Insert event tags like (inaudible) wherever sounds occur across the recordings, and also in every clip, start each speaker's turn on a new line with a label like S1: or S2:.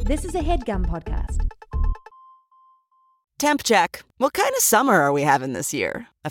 S1: This is a headgum podcast.
S2: Temp check. What kind of summer are we having this year? A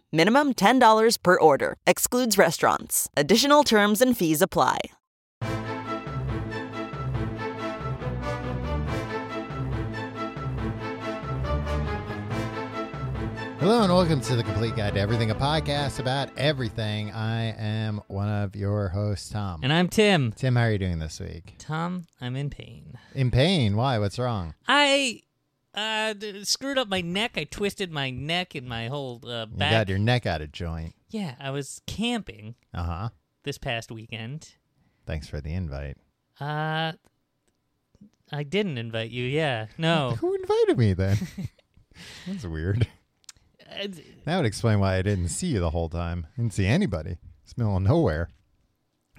S2: Minimum $10 per order. Excludes restaurants. Additional terms and fees apply.
S3: Hello and welcome to the Complete Guide to Everything, a podcast about everything. I am one of your hosts, Tom.
S4: And I'm Tim.
S3: Tim, how are you doing this week?
S4: Tom, I'm in pain.
S3: In pain? Why? What's wrong?
S4: I uh, d- screwed up my neck. I twisted my neck and my whole uh,
S3: You
S4: back.
S3: got your neck out of joint.
S4: yeah, I was camping
S3: Uh huh.
S4: this past weekend.
S3: Thanks for the invite.
S4: Uh, I didn't invite you. Yeah,
S3: (laughs)
S4: no.
S3: Who invited me
S4: (laughs)
S3: then? That's weird.
S4: Uh, d-
S3: That would explain why I didn't see you the whole time. Didn't see anybody. It's middle of nowhere.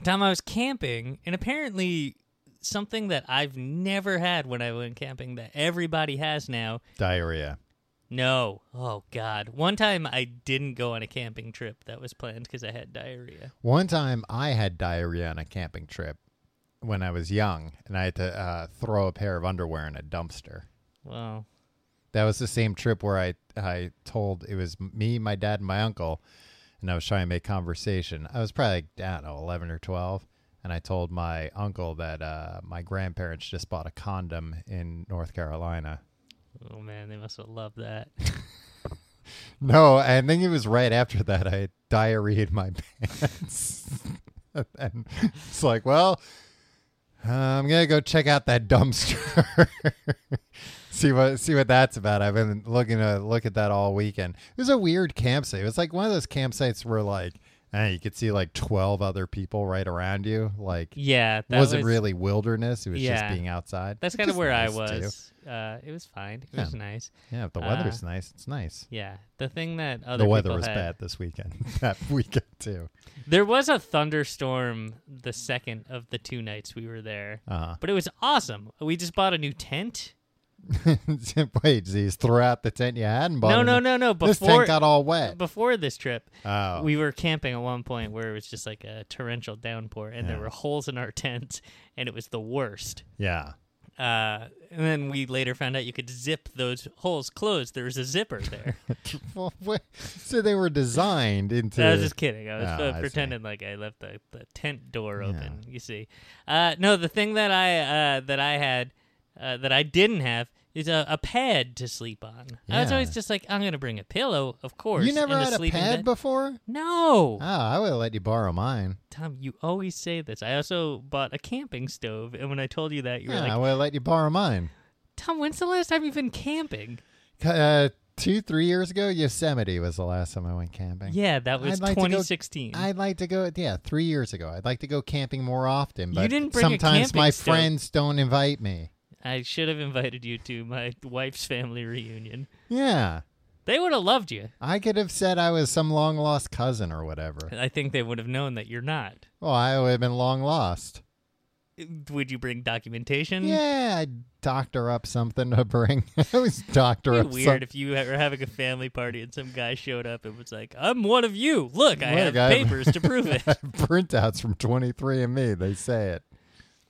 S4: Tom, I was camping, and apparently something that I've never had when I went camping that everybody has now.
S3: Diarrhea.
S4: No. Oh, God. One time I didn't go on a camping trip that was planned because I had diarrhea.
S3: One time I had diarrhea on a camping trip when I was young, and I had to uh, throw a pair of underwear in a dumpster.
S4: Well,
S3: That was the same trip where I I told it was me, my dad, and my uncle, and I was trying to make conversation. I was probably like, I don't know, eleven or twelve, and I told my uncle that uh, my grandparents just bought a condom in North Carolina.
S4: oh, man, they must have loved that. (laughs)
S3: No, I think it was right after that I diarrheaed my (laughs) pants, (laughs) and it's like, well, uh, I'm gonna go check out that dumpster. (laughs) see what see what that's about. I've been looking to look at that all weekend. It was a weird campsite. It was like one of those campsites where like eh, you could see like twelve other people right around you. Like
S4: Yeah,
S3: it
S4: that
S3: wasn't
S4: was,
S3: really wilderness. It was
S4: Yeah.
S3: just being outside.
S4: That's
S3: which
S4: kind of
S3: is
S4: where I
S3: nice, too.
S4: was. Uh, it was fine. It
S3: Yeah.
S4: was nice.
S3: Yeah, if the
S4: Uh,
S3: weather's nice, it's nice.
S4: Yeah, the thing that other
S3: the weather
S4: people
S3: was
S4: had-
S3: bad this weekend. (laughs) that weekend too. (laughs)
S4: There was a thunderstorm the second of the two nights we were there,
S3: Uh-huh.
S4: but it was awesome. We just bought a new tent.
S3: Wait, Z's, throughout the tent you had and bought
S4: no,
S3: it.
S4: no, no, no. Before
S3: this tent got all wet.
S4: before this trip,
S3: Oh.
S4: we were camping at one point where it was just like a torrential downpour, and there
S3: Yeah.
S4: were holes in our (laughs) tent, and it was the worst.
S3: yeah. (laughs)
S4: Uh, and then we later found out you could zip those holes closed. There was a
S3: (laughs)
S4: zipper there. (laughs)
S3: Well, wait, so they were designed into.
S4: I was just kidding. I was
S3: Ah, I
S4: uh,
S3: see.
S4: pretending like I left the, the tent door
S3: Yeah.
S4: open. You see, uh, no, the thing that I uh, that I had uh, that I didn't have is a, a pad to sleep on. I was
S3: Yeah.
S4: always just like, I'm gonna bring a pillow, of course.
S3: you never
S4: and
S3: had a
S4: sleeping
S3: pad
S4: bag."
S3: before?
S4: No,
S3: Oh, I would have let you borrow mine.
S4: Tom, you always say this. I also bought a camping stove, and when I told you that, you were
S3: Yeah, Ah, I
S4: like,
S3: would have let you borrow mine.
S4: Tom, when's the last time you've been camping?
S3: C- Uh, two, three years ago, Yosemite was the last time I went camping.
S4: Yeah, that
S3: I'd
S4: was
S3: like to go-
S4: 2016.
S3: I'd like to go. Yeah, three years ago. I'd like to go camping more often,
S4: You
S3: but
S4: didn't bring a
S3: sometimes my
S4: camping stove.
S3: friends don't invite me.
S4: I should have invited you to my wife's family reunion.
S3: Yeah,
S4: They would have loved you.
S3: I could have said I was some long lost cousin or whatever.
S4: (laughs) I think they would have known that you're not.
S3: Well, I would have been long lost.
S4: Would you bring documentation?
S3: Yeah, I'd doctor up something to bring. (laughs) I always doctor
S4: It'd
S3: up
S4: be
S3: some-
S4: weird if you were having a family party and some guy showed up and was like, "I'm one of you. Look, I
S3: Look,
S4: have
S3: I'm-
S4: papers to
S3: (laughs)
S4: prove it." (laughs)
S3: printouts from 23andMe. They say it.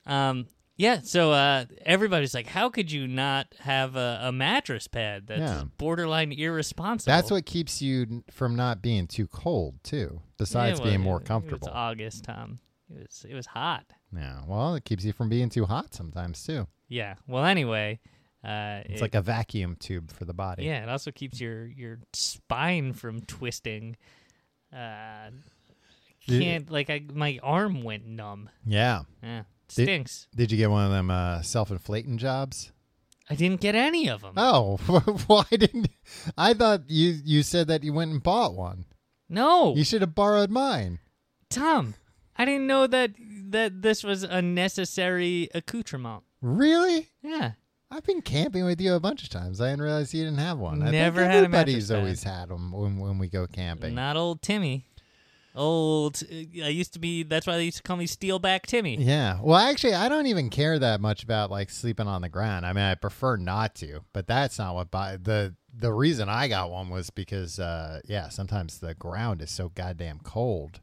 S4: Um, yeah. So uh, everybody's like, "How could you not have a, a mattress pad that's
S3: Yeah.
S4: borderline irresponsible?"
S3: That's what keeps you n- from not being too cold, too, besides
S4: Yeah, well,
S3: being more
S4: it-
S3: comfortable.
S4: It was August, Tom. It was it was hot.
S3: yeah, well, it keeps you from being too hot sometimes, too.
S4: Yeah. Well, anyway, uh,
S3: It's
S4: it-
S3: like a vacuum tube for the body.
S4: Yeah, it also keeps your your spine from twisting. Uh, I
S3: Did-
S4: can't like I my arm went numb.
S3: Yeah.
S4: Yeah,
S3: Did-
S4: stinks.
S3: Did you get one of them uh, self inflating jobs?
S4: I didn't get any of them.
S3: Oh, (laughs) why didn't I thought you you said that you went and bought one.
S4: no,
S3: You should have borrowed mine.
S4: Tom, I didn't know that that this was a necessary accoutrement.
S3: Really?
S4: Yeah,
S3: I've been camping with you a bunch of times. I didn't realize you didn't have one.
S4: Never
S3: I think
S4: had a
S3: everybody's
S4: mattress pad.
S3: always had them when, when we go camping.
S4: Not old Timmy. Old. uh, I used to be. That's why they used to call me Steelback Timmy.
S3: Yeah. Well, actually, I don't even care that much about like sleeping on the ground. I mean, I prefer not to, but that's not what bo- the the reason I got one was because uh yeah, sometimes the ground is so goddamn cold.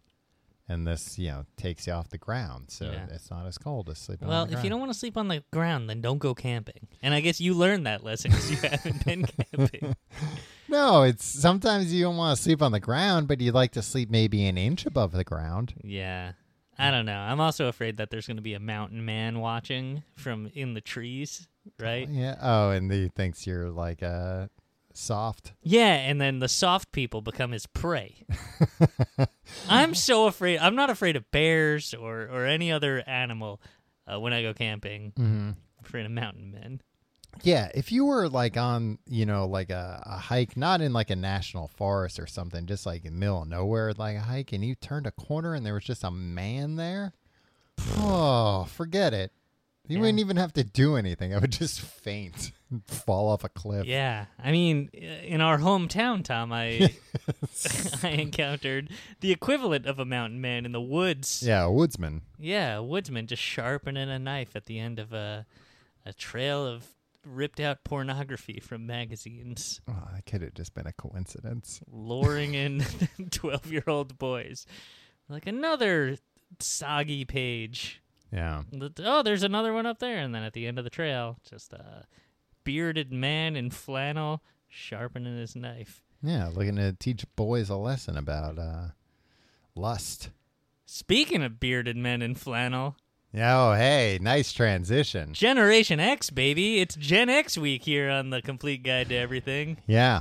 S3: And this, you know, takes you off the ground, so
S4: Yeah.
S3: it's not as cold as sleeping
S4: Well,
S3: on the
S4: if you don't
S3: ground.
S4: want to sleep on the ground, then don't go camping. And I guess you learned that lesson because you (laughs) haven't been camping.
S3: No, it's sometimes you don't want to sleep on the ground, but you'd like to sleep maybe an inch above the ground.
S4: Yeah. I don't know. I'm also afraid that there's going to be a mountain man watching from in the trees, right?
S3: Yeah. Oh, and he thinks you're like uh soft.
S4: Yeah, and then the soft people become his prey. I'm so afraid. I'm not afraid of bears or, or any other animal uh, when I go camping.
S3: Mm-hmm.
S4: I'm afraid of mountain men.
S3: Yeah, if you were like on, you know, like a, a hike, not in like a national forest or something, just like in the middle of nowhere, like a hike, and you turned a corner and there was just a man there. Oh, forget it. You
S4: Yeah.
S3: wouldn't even have to do anything. (laughs) I would just faint and fall off a cliff.
S4: Yeah, I mean, i- in our hometown, Tom, I (laughs) I encountered the equivalent of a mountain man in the woods.
S3: Yeah, a woodsman.
S4: Yeah, a woodsman just sharpening a knife at the end of a a trail of ripped out pornography from magazines,
S3: Oh, that could have just been a coincidence.
S4: luring in (laughs) twelve year old boys. Like another soggy page.
S3: Yeah.
S4: Th- Oh, there's another one up there, and then at the end of the trail, just a bearded man in flannel sharpening his knife.
S3: Yeah, looking to teach boys a lesson about uh, lust.
S4: Speaking of bearded men in flannel,
S3: Yeah, oh, hey, nice transition.
S4: Generation X, baby. It's Gen X week here on the Complete Guide to Everything.
S3: Yeah.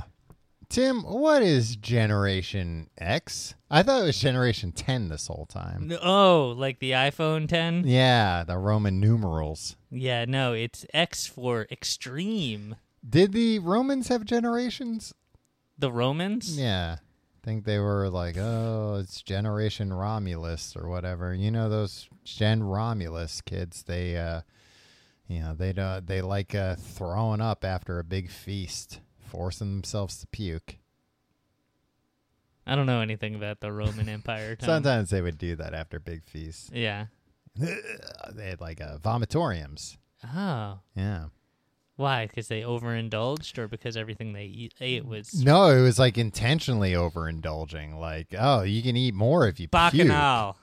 S3: Tim, what is Generation X? I thought it was Generation 10 this whole time.
S4: N- Oh, like the iPhone 10?
S3: Yeah, the Roman numerals.
S4: Yeah, no, it's X for extreme.
S3: Did the Romans have generations?
S4: The Romans?
S3: Yeah. I think they were like, oh, it's Generation Romulus or whatever. You know those Gen Romulus kids, they uh you know, they do they like uh throwing up after a big feast, forcing themselves to puke.
S4: I don't know anything about the
S3: (laughs)
S4: Roman Empire. Tom.
S3: Sometimes they would do that after big feasts.
S4: Yeah.
S3: (laughs) They had like uh, vomitoriums.
S4: Oh.
S3: Yeah.
S4: Why? Because they overindulged or because everything they eat, ate was.
S3: No, it was like intentionally overindulging. Like, oh, you can eat more if you puke.
S4: Bacchanal.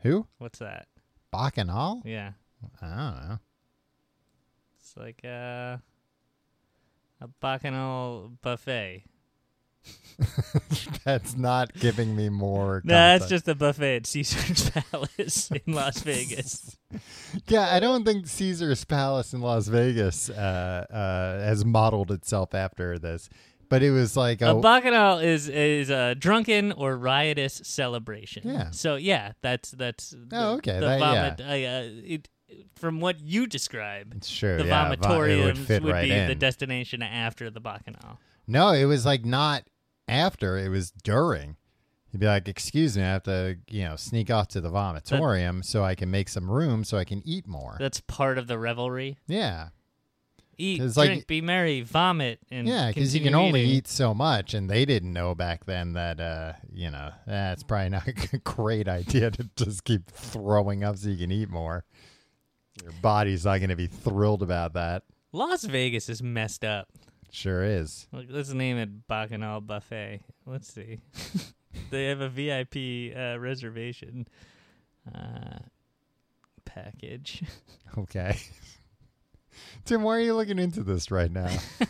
S3: Who?
S4: What's that?
S3: Bacchanal?
S4: Yeah.
S3: I don't know. (laughs)
S4: It's like uh, a bacchanal buffet.
S3: That's not giving me
S4: (laughs)
S3: more.
S4: No, that's
S3: context.
S4: just a buffet at Caesar's (laughs) Palace in Las Vegas.
S3: Yeah, I don't think Caesar's Palace in Las Vegas uh, uh, has modeled itself after this, but it was like oh,
S4: A
S3: a,
S4: bacchanal is is a drunken or riotous celebration.
S3: Yeah.
S4: So yeah, that's that's. The,
S3: Oh, okay,
S4: The
S3: that-
S4: vomit. I, uh, it, from what you describe,
S3: sure,
S4: the
S3: yeah, vo- it
S4: vomitoriums
S3: would fit right
S4: be
S3: in.
S4: the destination after the bacchanal.
S3: No, it was like not after, it was during. He'd be like, Excuse me, I have to, you know, sneak off to the vomitorium so I can make some room so I can eat more.
S4: That's part of the revelry.
S3: yeah.
S4: Eat,
S3: It's like-
S4: drink, be merry, vomit, and
S3: Yeah, because you
S4: continue
S3: can only
S4: eating.
S3: eat so much. And they didn't know back then that, uh, you know, that's probably not (laughs) a great idea to just keep throwing up so you can eat more. Your body's not going to be thrilled about that.
S4: Las Vegas is messed up.
S3: Sure is.
S4: Look, let's name it Bacchanal Buffet.
S3: (laughs)
S4: Let's see. they have a VIP uh, reservation uh, package. (laughs)
S3: Okay. (laughs) Tim, why are you looking into this right now?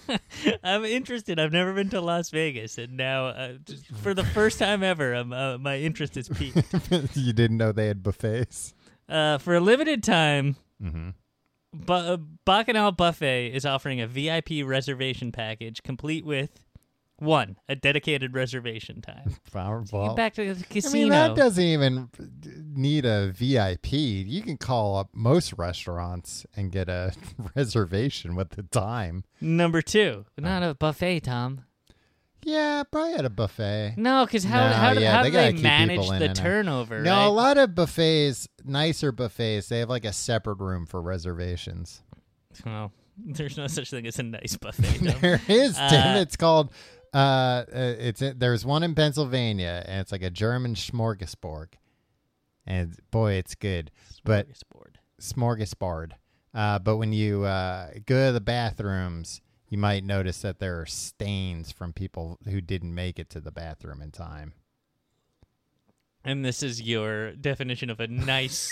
S3: (laughs)
S4: I'm interested. I've never been to Las Vegas, and now, uh,
S3: (laughs)
S4: just for the first time ever, i uh, my interest is peaked.
S3: you didn't know they had buffets.
S4: Uh, for a limited time,
S3: Mm-hmm.
S4: Bu- uh, Bacchanal Buffet is offering a VIP reservation package complete with one, a dedicated reservation time.
S3: Powerball.
S4: Get back to the
S3: I
S4: casino.
S3: mean, that doesn't even need a VIP. You can call up most restaurants and get a (laughs) reservation with the time.
S4: Number two, not
S3: Oh.
S4: a buffet, Tom.
S3: Yeah, probably at a buffet.
S4: No, because how,
S3: No,
S4: how, do-
S3: yeah,
S4: how
S3: they
S4: do they
S3: gotta keep
S4: manage
S3: people in
S4: the
S3: and out.
S4: turnover?
S3: No,
S4: right?
S3: a lot of buffets, nicer buffets, they have like a separate room for reservations. (laughs)
S4: Oh, (laughs) There's no such thing as a nice buffet. Dom.
S3: There is, Tim.
S4: Uh,
S3: it's called. Uh, uh, it's there's one in Pennsylvania, and it's like a German smorgasbord, and it's- boy, it's good. But
S4: Smorgasbord.
S3: smorgasbord. Uh, but when you uh, go to the bathrooms, you might notice that there are stains from people who didn't make it to the bathroom in time.
S4: and this is your definition of
S3: (laughs)
S4: a nice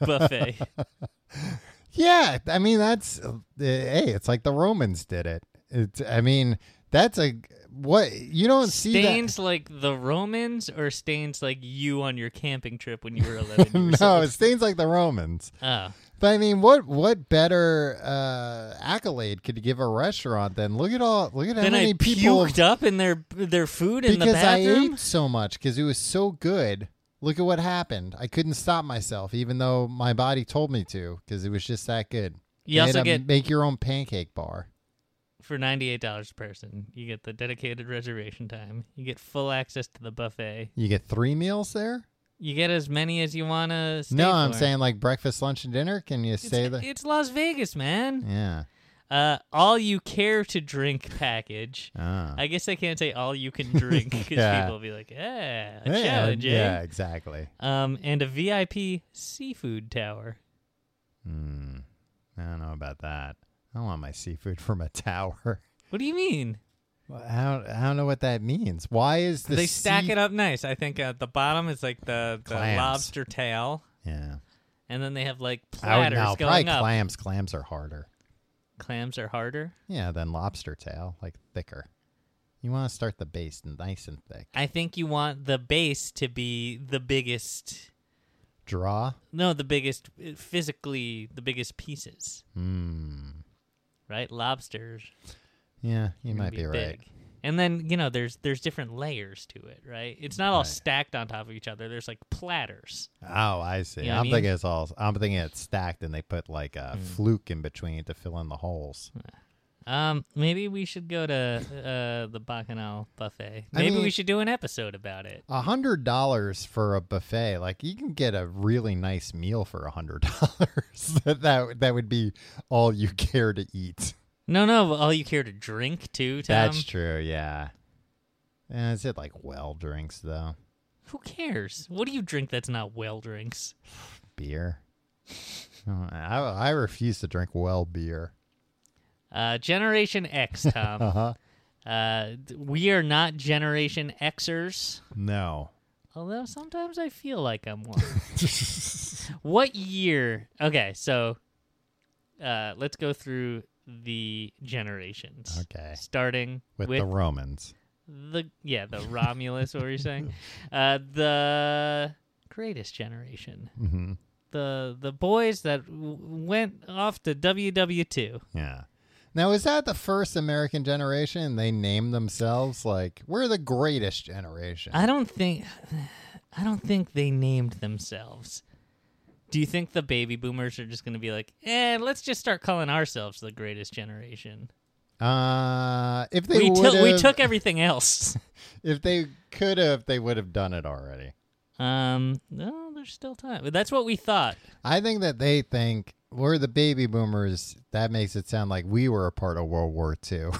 S4: buffet.
S3: Yeah, I mean that's uh, hey, it's like the Romans did it. It's I mean that's a what you don't see that.
S4: stains like the Romans or stains like you on your camping trip when you were
S3: (laughs)
S4: 11
S3: (laughs)
S4: years
S3: No,
S4: old?
S3: it stains like the Romans.
S4: Oh.
S3: But I mean, what what better uh, accolade could you give a restaurant than look at all look at how
S4: Then
S3: many
S4: I
S3: people
S4: puked up in their their food in the
S3: because I
S4: bathroom.
S3: ate so much because it was so good. Look at what happened. I couldn't stop myself, even though my body told me to, because it was just that good.
S4: You
S3: They
S4: also
S3: had a
S4: get-
S3: make your own pancake bar.
S4: for ninety eight dollars a person, you get the dedicated reservation time. You get full access to the buffet.
S3: You get three meals there.
S4: You get as many as you want to.
S3: no, I'm saying like breakfast, lunch, and dinner. Can you
S4: it's,
S3: say that?
S4: it's Las Vegas,
S3: (laughs)
S4: man.
S3: yeah.
S4: Uh, all you care to drink package.
S3: Ah.
S4: I guess I can't say all you
S3: (laughs)
S4: can drink because
S3: Yeah.
S4: people will be like, "Yeah, a
S3: yeah,
S4: challenge." eh?"
S3: yeah, exactly.
S4: Um, and a VIP seafood tower.
S3: Hmm. I don't know about that. I want my seafood (laughs) from a tower.
S4: What do you mean?
S3: Well, I don't, I don't know what that means. Why is the
S4: they stack
S3: sea-
S4: it up nice. I think at the bottom is like the, the
S3: Clams.
S4: lobster tail,
S3: Yeah.
S4: and then they have like
S3: I would-
S4: platters
S3: no, probably
S4: going up.
S3: clams. Clams are harder.
S4: Clams are harder.
S3: Yeah, than lobster tail, like thicker. You want to start the base nice and thick.
S4: I think you want the base to be the biggest.
S3: Draw.
S4: No, the biggest eh, physically, the biggest pieces.
S3: Hmm.
S4: Right, lobsters.
S3: Yeah, you
S4: gonna
S3: might be, right.
S4: big. And then you know, there's there's different layers to it, right? It's not all
S3: Right.
S4: stacked on top of each other. There's like platters.
S3: Oh, I see.
S4: You know what I
S3: I'm
S4: mean? Hmm.
S3: thinking it's all. I'm thinking it's stacked, and they put like a fluke in between to fill in the holes.
S4: Um, maybe we should go to uh, the Bacchanal buffet.
S3: I
S4: Maybe we
S3: mean-
S4: should do an episode about it.
S3: A hundred dollars for a buffet, like you can get a really nice meal for a hundred (laughs) dollars. that that would be all you (laughs) care to eat.
S4: No, no, all you care to drink too, Tom.
S3: That's true. Yeah. Eh, Is it like well drinks though?
S4: Who cares? What do you drink that's not well drinks?
S3: beer. Uh, I, I refuse to drink well beer.
S4: Uh, Generation
S3: (laughs)
S4: X, Tom.
S3: huh.
S4: uh, d- we are not Generation Xers.
S3: No.
S4: Although sometimes I feel like
S3: (laughs)
S4: I'm one. what year? Okay, so uh, let's go through the generations.
S3: Okay.
S4: Starting
S3: With, the Romans.
S4: the yeah the Romulus. what were
S3: (laughs)
S4: you saying? Uh, the greatest generation.
S3: hmm
S4: The the boys that w- went off to WW two.
S3: Yeah. Now, is that the first American generation? They named themselves like, we're the greatest generation.
S4: I don't think I don't think they named themselves. Do you think the baby boomers are just going to be like, eh, let's just start calling ourselves the greatest generation?
S3: uh, if they
S4: we
S3: would
S4: took we
S3: have-
S4: took everything else. (laughs)
S3: if they could have, they would have done it already.
S4: um, no, there's still time. But that's what we thought.
S3: I think that they think we're the baby boomers. That makes it sound like we were a part of World War II.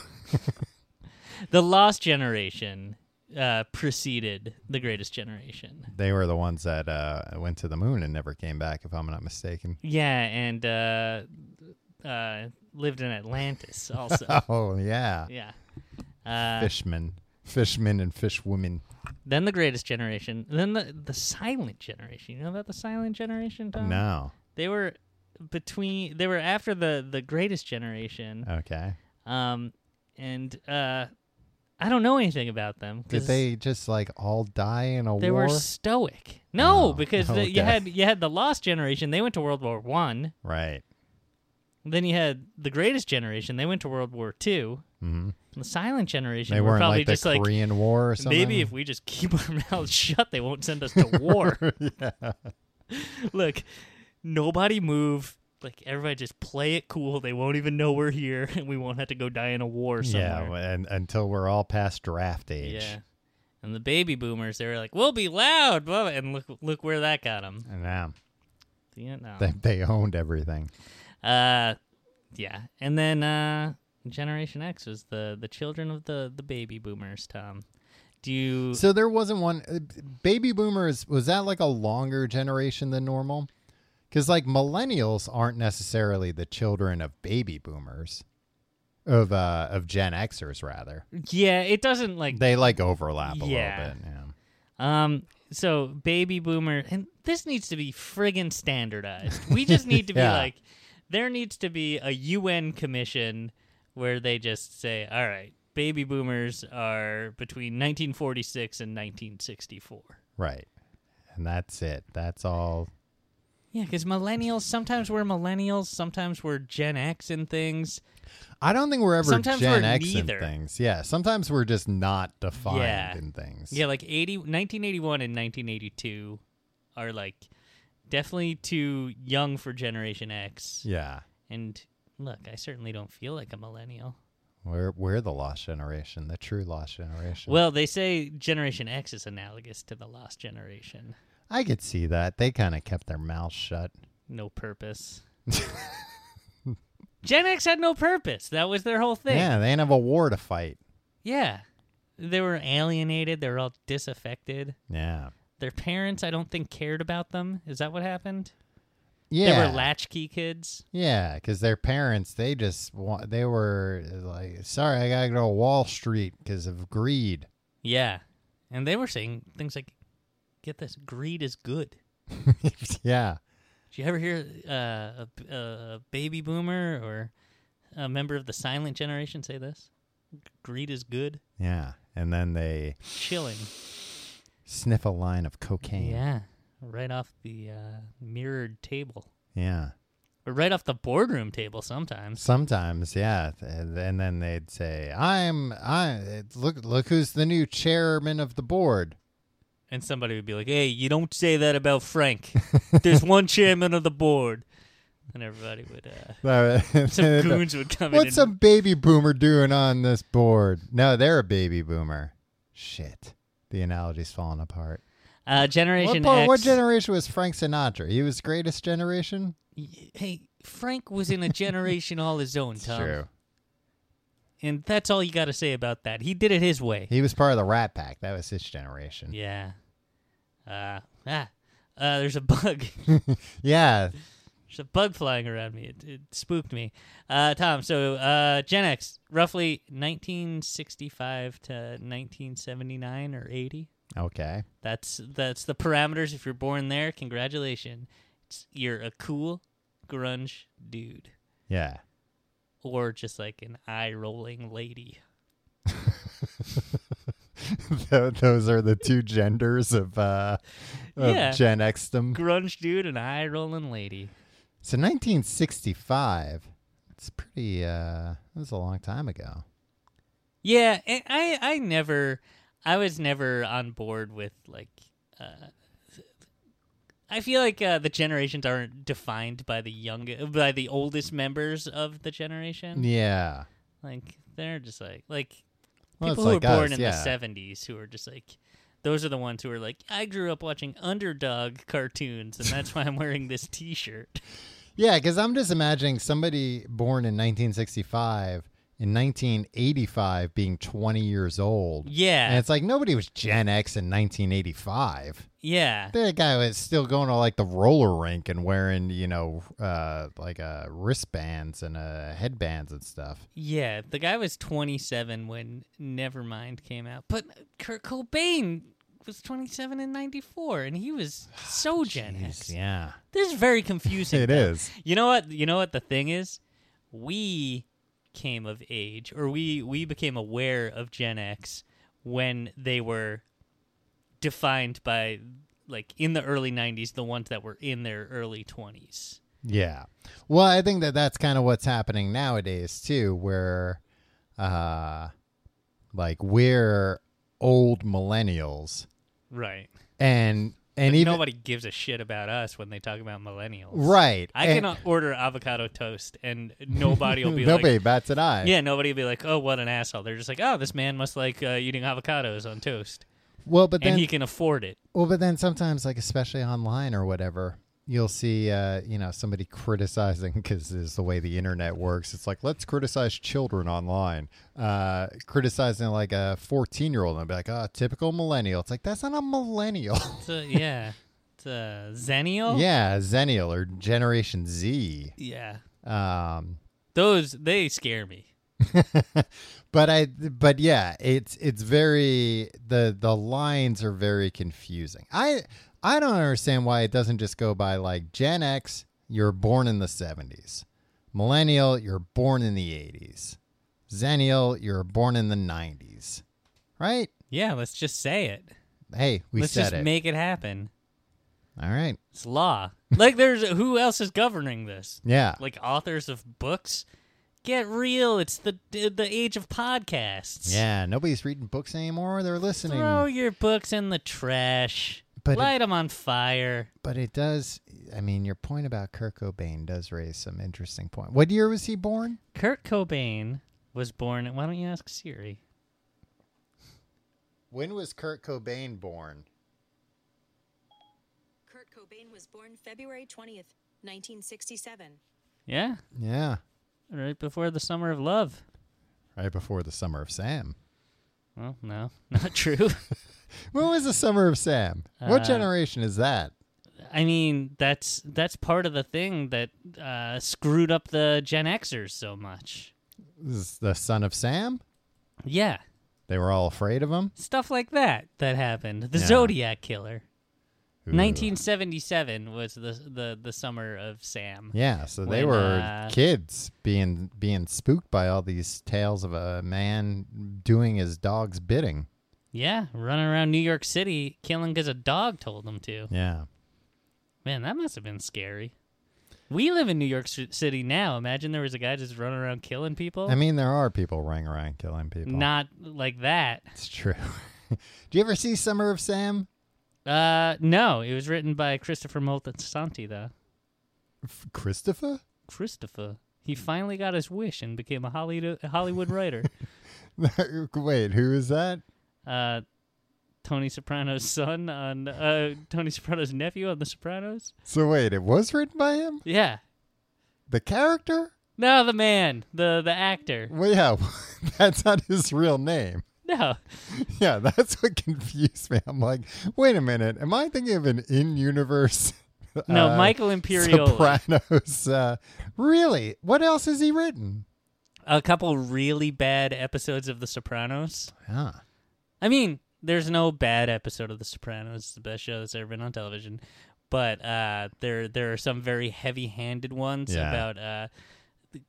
S4: The lost generation uh, preceded the greatest generation.
S3: (laughs) they were the ones that uh, went to the moon and never came back, if I'm not mistaken. (laughs)
S4: Yeah, and uh, uh, lived in Atlantis
S3: (laughs)
S4: also.
S3: Oh yeah,
S4: yeah. Uh,
S3: fishmen, fishmen, and fishwomen.
S4: then the greatest generation, then the the silent generation. You know about the silent generation, Tom?
S3: No,
S4: They were between they were after the the greatest generation.
S3: okay.
S4: Um and uh I don't know anything about them
S3: Did they just like all die in a
S4: they
S3: war?
S4: were stoic. No,
S3: Oh,
S4: because the,
S3: okay.
S4: you had you had the lost generation, they went to World War 1.
S3: right.
S4: Then you had the greatest generation, they went to World War 2.
S3: hmm
S4: The silent generation
S3: They
S4: were
S3: weren't
S4: probably
S3: like the
S4: just like
S3: Korean War or something.
S4: Maybe if we just keep (laughs) our mouths shut, they won't send us to
S3: (laughs)
S4: war. (laughs) Look, nobody move. Like everybody just play it cool. They won't even know we're here, (laughs) and we won't have to go die in a war
S3: yeah,
S4: somewhere.
S3: well, and until we're all past draft age.
S4: yeah. And the baby boomers, they were like, "We'll be loud," blah, blah, and look, look where that got them.
S3: And now
S4: Vietnam.
S3: they, they owned everything.
S4: Uh, Yeah, and then uh, Generation X was the the children of the the baby boomers. Tom, do you?
S3: So there wasn't one. uh, Baby boomers was that like a longer generation than normal? Because like millennials aren't necessarily the children of baby boomers, of uh of Gen Xers rather.
S4: yeah, it doesn't like
S3: They like overlap a
S4: Yeah.
S3: little bit. Yeah.
S4: Um, so baby boomer, and this needs to be friggin' standardized. We (laughs) just need to
S3: Yeah.
S4: be like, there needs to be a UN commission where they just say, all right, baby boomers are between 1946 and 1964.
S3: Right. And that's it. That's all.
S4: Yeah, because millennials, sometimes we're millennials, sometimes we're Gen X and things.
S3: I don't think we're ever
S4: Sometimes
S3: Gen
S4: we're
S3: X
S4: neither.
S3: in things. Yeah. Sometimes we're just not defined
S4: Yeah.
S3: in things.
S4: Yeah, like 80, 1981 and 1982 are like definitely too young for Generation X.
S3: Yeah.
S4: And look, I certainly don't feel like a millennial.
S3: We're we're the lost generation, the true lost generation.
S4: Well, they say Generation X is analogous to the Lost Generation.
S3: I could see that. They kind of kept their mouths shut. (laughs)
S4: No purpose. Gen X had no purpose. That was their whole thing.
S3: Yeah, they didn't have a war to fight.
S4: Yeah. They were alienated. They were all disaffected.
S3: Yeah.
S4: Their parents, I don't think, cared about them. Is that what happened?
S3: Yeah.
S4: They were latchkey kids.
S3: yeah, because their parents, they just wa- they were like, sorry, I gotta go to Wall Street because of greed. (laughs)
S4: Yeah. And they were saying things like, get this, greed is good.
S3: yeah.
S4: Did you ever hear uh, a, a baby boomer or a member of the silent generation say this? Greed is good.
S3: Yeah. And then they
S4: Chilling.
S3: sniff a line of cocaine.
S4: Yeah. Right off the uh, mirrored table.
S3: Yeah.
S4: Or right off the boardroom table sometimes.
S3: Sometimes, yeah, and, and then they'd say, "I'm, I look, look who's the new chairman of the board." (laughs)
S4: And somebody would be like, hey, you don't say that
S3: (laughs)
S4: about Frank. There's one chairman of the board. And everybody would, uh, (laughs) some goons would come
S3: uh, What's
S4: in.
S3: a
S4: and-
S3: baby boomer doing on this board? No, they're a baby boomer. Shit. The analogy's falling apart.
S4: uh,
S3: What,
S4: Generation
S3: part,
S4: X.
S3: what generation was Frank Sinatra? He was greatest generation?
S4: Y- Hey, Frank was in a generation all his own, Tom. And that's all you got to say about that. He did it his way.
S3: He was part of the Rat Pack. That was his generation. Yeah.
S4: Yeah. Uh, ah, uh, there's a bug. (laughs) there's a bug flying around me. It, it spooked me. Uh, Tom, so uh, Gen X, roughly 1965 to 1979 or 80.
S3: Okay.
S4: That's that's the parameters. If you're born there, congratulations. It's, you're a cool grunge dude,
S3: Yeah. (laughs)
S4: or just like an eye rolling lady. (laughs)
S3: Th- Those are the two genders of, uh, of
S4: Yeah.
S3: Gen Xdom.
S4: Grunge dude and eye rolling lady.
S3: So 1965. It's pretty, uh, that was a long time ago.
S4: Yeah, and I I never I was never on board with like uh I feel like uh, the generations aren't defined by the young by the oldest members of the generation.
S3: Yeah.
S4: Like they're just like like
S3: Well,
S4: people
S3: it's
S4: who
S3: like
S4: were born
S3: us,
S4: in
S3: yeah.
S4: the 70s who are just like those are the ones who are like I grew up watching underdog cartoons and that's why I'm wearing this t-shirt. (laughs)
S3: Yeah, because I'm just imagining somebody born in 1965 in 1985 being 20 years old. And
S4: Yeah.
S3: it's like nobody was Gen X in 1985.
S4: Yeah.
S3: That guy was still going to like the roller rink and wearing, you know, uh, like uh, wristbands and uh, headbands and stuff.
S4: Yeah, the guy was 27 when Nevermind came out, but Kurt Cobain was 27 in '94, and he was
S3: (sighs)
S4: so Gen X.
S3: Yeah.
S4: This is very confusing.
S3: (laughs) It is.
S4: You know what? You know what the thing is? We came of age, or we we became aware of Gen X when they were defined by like in the early 90s the ones that were in their early 20s
S3: Yeah. Well, I think that that's kind of what's happening nowadays too, where, uh, like we're old millennials
S4: right
S3: and and even
S4: nobody gives a shit about us when they talk about millennials
S3: right.
S4: I
S3: and-
S4: can uh, order avocado toast, and
S3: (laughs)
S4: nobody will be
S3: nobody
S4: like,
S3: bats an eye.
S4: "Yeah." Nobody will be like, "Oh, what an asshole!" They're just like, "Oh, this man must like uh, eating avocados on toast,
S3: Well, but then
S4: and he can afford it."
S3: well, but then sometimes like especially online or whatever, you'll see uh, you know somebody criticizing because is the way the internet works it's like let's criticize children online uh, criticizing like a 14 year old and I'll be like oh typical millennial it's like that's not a millennial
S4: It's a, yeah. It's uh, a
S3: (laughs)
S4: Xennial?
S3: yeah zennial or generation z
S4: Yeah.
S3: um,
S4: Those, they scare me.
S3: (laughs) but i but yeah it's it's very the the lines are very confusing i i don't understand why it doesn't just go by like gen x you're born in the 70s millennial you're born in the 80s Xennial, you're born in the 90s right
S4: Yeah, let's just say it.
S3: hey we
S4: let's
S3: said
S4: just
S3: it
S4: make it happen.
S3: all right
S4: It's law. Like, there's who else is governing this?
S3: yeah
S4: Like authors of books? Get real. It's the the age of podcasts.
S3: yeah nobody's reading books anymore they're listening
S4: Throw your books in the trash.
S3: But it-
S4: Light them on fire.
S3: but it does i mean your point about kurt cobain does raise some interesting point what year was he born
S4: Kurt Cobain was born. Why don't you ask Siri?
S3: when was kurt cobain born
S1: Kurt Cobain was born February 20th, 1967.
S4: Yeah,
S3: Yeah.
S4: right before the summer of love.
S3: Right before the Summer of Sam.
S4: Well, no, (laughs) not true.
S3: When was the Summer of Sam? what
S4: Uh,
S3: generation is that?
S4: I mean, that's that's part of the thing that uh, screwed up the Gen Xers so much.
S3: This is the son of Sam?
S4: Yeah,
S3: They were all afraid of him?
S4: stuff like that that happened. The
S3: Yeah.
S4: Zodiac Killer.
S3: Ooh.
S4: 1977 was the the the summer of Sam.
S3: Yeah, so they
S4: when,
S3: were
S4: uh,
S3: kids being being spooked by all these tales of a man doing his dog's bidding.
S4: Yeah, running around New York City killing because a dog told him to.
S3: Yeah.
S4: Man, that must have been scary. We live in New York Ci- City now. Imagine there was a guy just running around killing people.
S3: I mean, there are people running around killing people.
S4: Not like that.
S3: It's true. (laughs) Do you ever see Summer of Sam?
S4: Uh, no, it was written by Christopher Moltisanti, though.
S3: F- Christopher?
S4: Christopher. He finally got his wish and became a Hollywood, a Hollywood writer.
S3: (laughs) Wait, who is that?
S4: Uh, Tony Soprano's son on uh, Tony Soprano's nephew on The Sopranos.
S3: So wait, it was written by him?
S4: Yeah.
S3: The character?
S4: No, the man, the the actor.
S3: Well, yeah, (laughs) that's not his real name. (laughs)
S4: No,
S3: Yeah, that's what confused me. I'm like, wait a minute, am I thinking of an (laughs) in-universe?
S4: no,
S3: uh,
S4: Michael Imperioli.
S3: Sopranos. Uh, really? What else has he written?
S4: a couple really bad episodes of The Sopranos.
S3: Yeah.
S4: I mean, there's no bad episode of The Sopranos. It's the best show that's ever been on television. But uh, there there are some very heavy handed ones
S3: Yeah.
S4: about uh, th-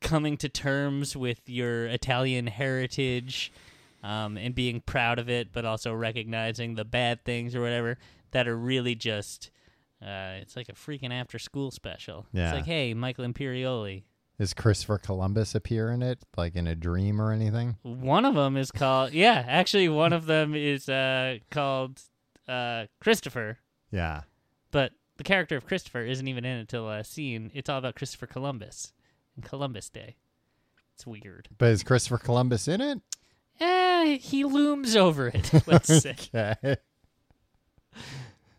S4: coming to terms with your Italian heritage um, and being proud of it, but also recognizing the bad things or whatever that are really just. Uh, it's like a freaking after school special.
S3: Yeah.
S4: It's like, hey, Michael Imperioli.
S3: Does Christopher Columbus appear in it, like in a dream or anything?
S4: One of them is called yeah. Actually, one of them is uh, called uh, Christopher,
S3: Yeah.
S4: but the character of Christopher isn't even in it till a scene. It's all about Christopher Columbus and Columbus Day. It's weird.
S3: But is Christopher Columbus in it?
S4: Eh, he looms over it. (laughs) Let's
S3: (laughs)
S4: say
S3: Okay.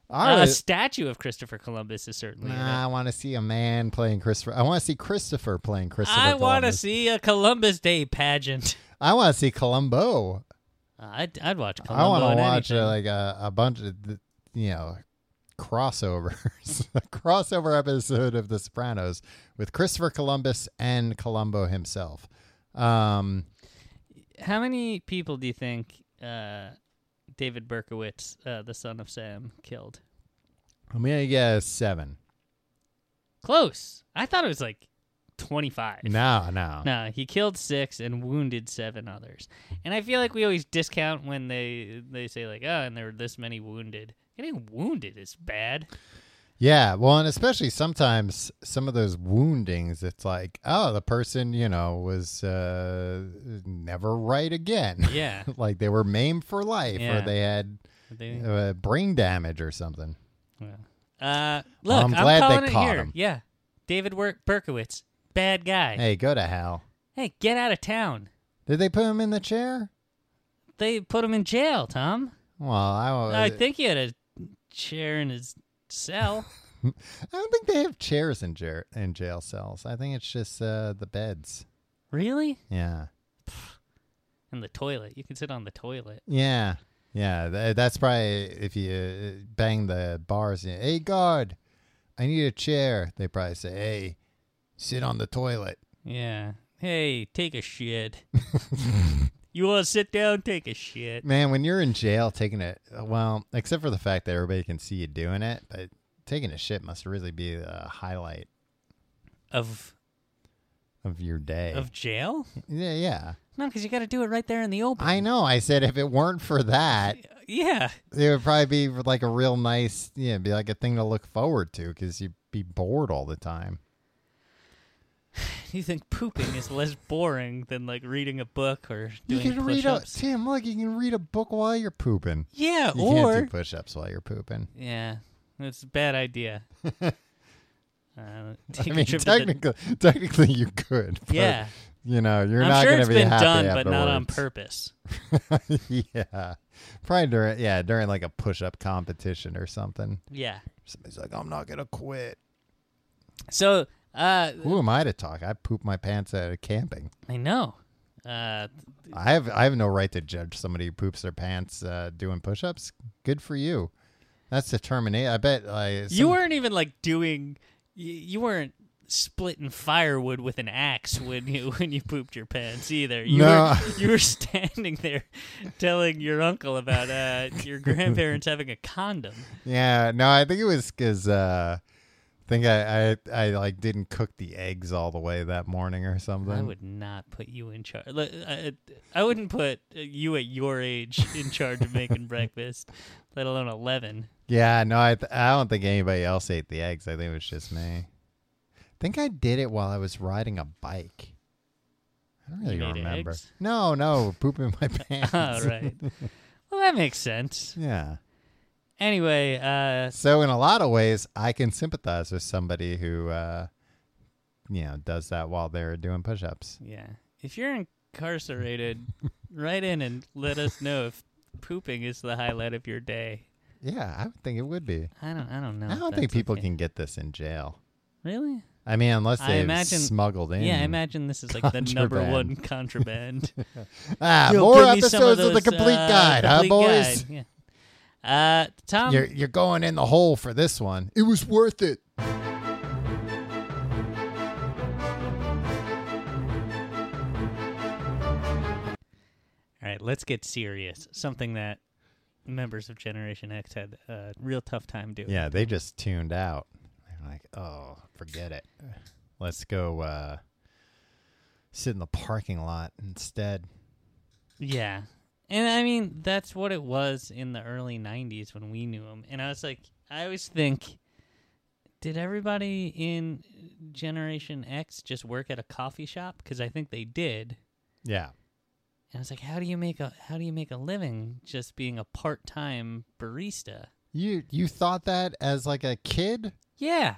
S3: All
S4: a
S3: right.
S4: statue of Christopher Columbus is certainly. in it.
S3: Nah, I want to see a man playing Christopher. I want to see Christopher playing Christopher.
S4: I want to
S3: Columbus.
S4: see a Columbus Day pageant. Uh,
S3: I want to see Columbo.
S4: I'd, I'd watch
S3: I
S4: Columbo.
S3: want to
S4: in
S3: watch uh,
S4: anything.
S3: like a, a bunch of th- you know crossovers, (laughs) a crossover episode of The Sopranos with Christopher Columbus and Columbo himself. Um,
S4: How many people do you think uh, David Berkowitz, uh, the son of Sam, killed?
S3: I'm gonna guess seven.
S4: Close. I thought it was like 25.
S3: No, no,
S4: No, he killed six and wounded seven others. And I feel like we always discount when they they say like, oh, and there were this many wounded. Getting wounded is bad.
S3: Yeah, well, and especially sometimes some of those woundings, it's like, oh, the person you know was uh, never right again. (laughs)
S4: Yeah.
S3: like they were maimed for life,
S4: Yeah.
S3: or they had
S4: They-
S3: uh, brain damage or something.
S4: yeah. Uh, look,
S3: I'm
S4: I'm,
S3: glad they
S4: calling it
S3: caught
S4: here.
S3: him.
S4: Yeah, David Wer- Berkowitz, bad guy. Hey.
S3: Hey, go to hell.
S4: get out of town.
S3: Did they put him in the chair?
S4: They put him in jail, Tom.
S3: Well, I, (laughs)
S4: I think he had a chair in his cell.
S3: I don't think they have chairs in, jar- in jail cells. I think it's just uh, the beds.
S4: Really?
S3: Yeah.
S4: And the toilet. You can sit on the toilet.
S3: Yeah. Yeah. Th- that's probably if you uh, bang the bars, you- hey, guard, I need a chair. They probably say, hey, sit on the toilet.
S4: Yeah. Hey, take
S3: (laughs)
S4: a shit. you want to sit down? Take a shit.
S3: Man, when you're in jail taking it, well, except for the fact that everybody can see you doing it, but taking a shit must really be a highlight
S4: Of
S3: of your day.
S4: of jail?
S3: yeah, yeah.
S4: No, because you got to do it right there in the open.
S3: I know. I said if it weren't for that,
S4: (laughs) yeah.
S3: it would probably be like a real nice, yeah, be like a thing to look forward to because you'd be bored all the time.
S4: You think pooping is less boring than like reading a book or
S3: You
S4: doing
S3: can read a
S4: push-ups?
S3: Tim. Look, you can read a book while you're pooping.
S4: yeah,
S3: You
S4: or
S3: can't do push-ups while you're
S4: (laughs)
S3: pooping.
S4: yeah, that's a bad idea.
S3: (laughs)
S4: uh, take
S3: I
S4: a
S3: mean,
S4: trip to the-
S3: technically, technically you could. But,
S4: (laughs) yeah,
S3: you know, you're
S4: I'm
S3: not
S4: sure
S3: going
S4: it's
S3: to be
S4: been
S3: happy
S4: done, but not on
S3: afterwards.
S4: purpose.
S3: (laughs) yeah, probably during yeah during like a push-up competition or something.
S4: Yeah.
S3: Somebody's like, I'm not going to quit.
S4: So uh,
S3: Who am I to talk? I poop my pants out of camping.
S4: I know. Uh,
S3: I have I have no right to judge somebody who poops their pants uh, doing push-ups. Good for you. That's determination. I bet uh,
S4: you weren't even like doing. You, you weren't splitting firewood with an axe when you (laughs) when you pooped your pants either. You
S3: No.
S4: were you were standing there telling your uncle about uh, your grandparents having a condom.
S3: Yeah, no, I think it was because uh, I think I, I I like didn't cook the eggs all the way that morning or something.
S4: I would not put you in charge. I, I wouldn't put uh, you at your age in charge of making breakfast, let alone eleven.
S3: Yeah, no, I th- I don't think anybody else ate the eggs. I think it was just me. I think I did it while I was riding a bike. I don't really
S4: You ate
S3: remember.
S4: eggs?
S3: No, no, pooping my (laughs) pants.
S4: (laughs) All right. Well, that makes sense.
S3: Yeah.
S4: Anyway, uh,
S3: So in a lot of ways, I can sympathize with somebody who, uh, you know, does that while they're doing push-ups.
S4: Yeah. If you're
S3: (laughs)
S4: incarcerated, write in and let us know if pooping is the highlight of your day.
S3: Yeah, I would think it would be.
S4: I don't I don't know.
S3: I
S4: if
S3: don't think
S4: that's
S3: people
S4: okay.
S3: can get this in jail.
S4: Really?
S3: I mean, unless
S4: I
S3: they
S4: imagine-
S3: smuggled in.
S4: yeah, I imagine this is like the number one contraband.
S3: (laughs) Ah,
S4: Yo,
S3: more
S4: give me some
S3: episodes of, the
S4: those,
S3: Complete
S4: uh,
S3: Guide, huh,
S4: Complete
S3: boys?
S4: Guide, Yeah. Uh, Tom,
S3: You're you're going in the hole for this one. It was worth it.
S4: All right, let's get serious. Something that members of Generation X had a real tough time doing.
S3: Yeah, they just tuned out. They're like, oh, forget it. Let's go uh, sit in the parking lot instead.
S4: Yeah. And I mean, that's what it was in the early 90s when we knew him. And I was like, I always think, did everybody in Generation X just work at a coffee shop? Because I think they did.
S3: Yeah.
S4: And I was like, how do you make a how do you make a living just being a part time barista?
S3: You you thought that as like a kid?
S4: Yeah,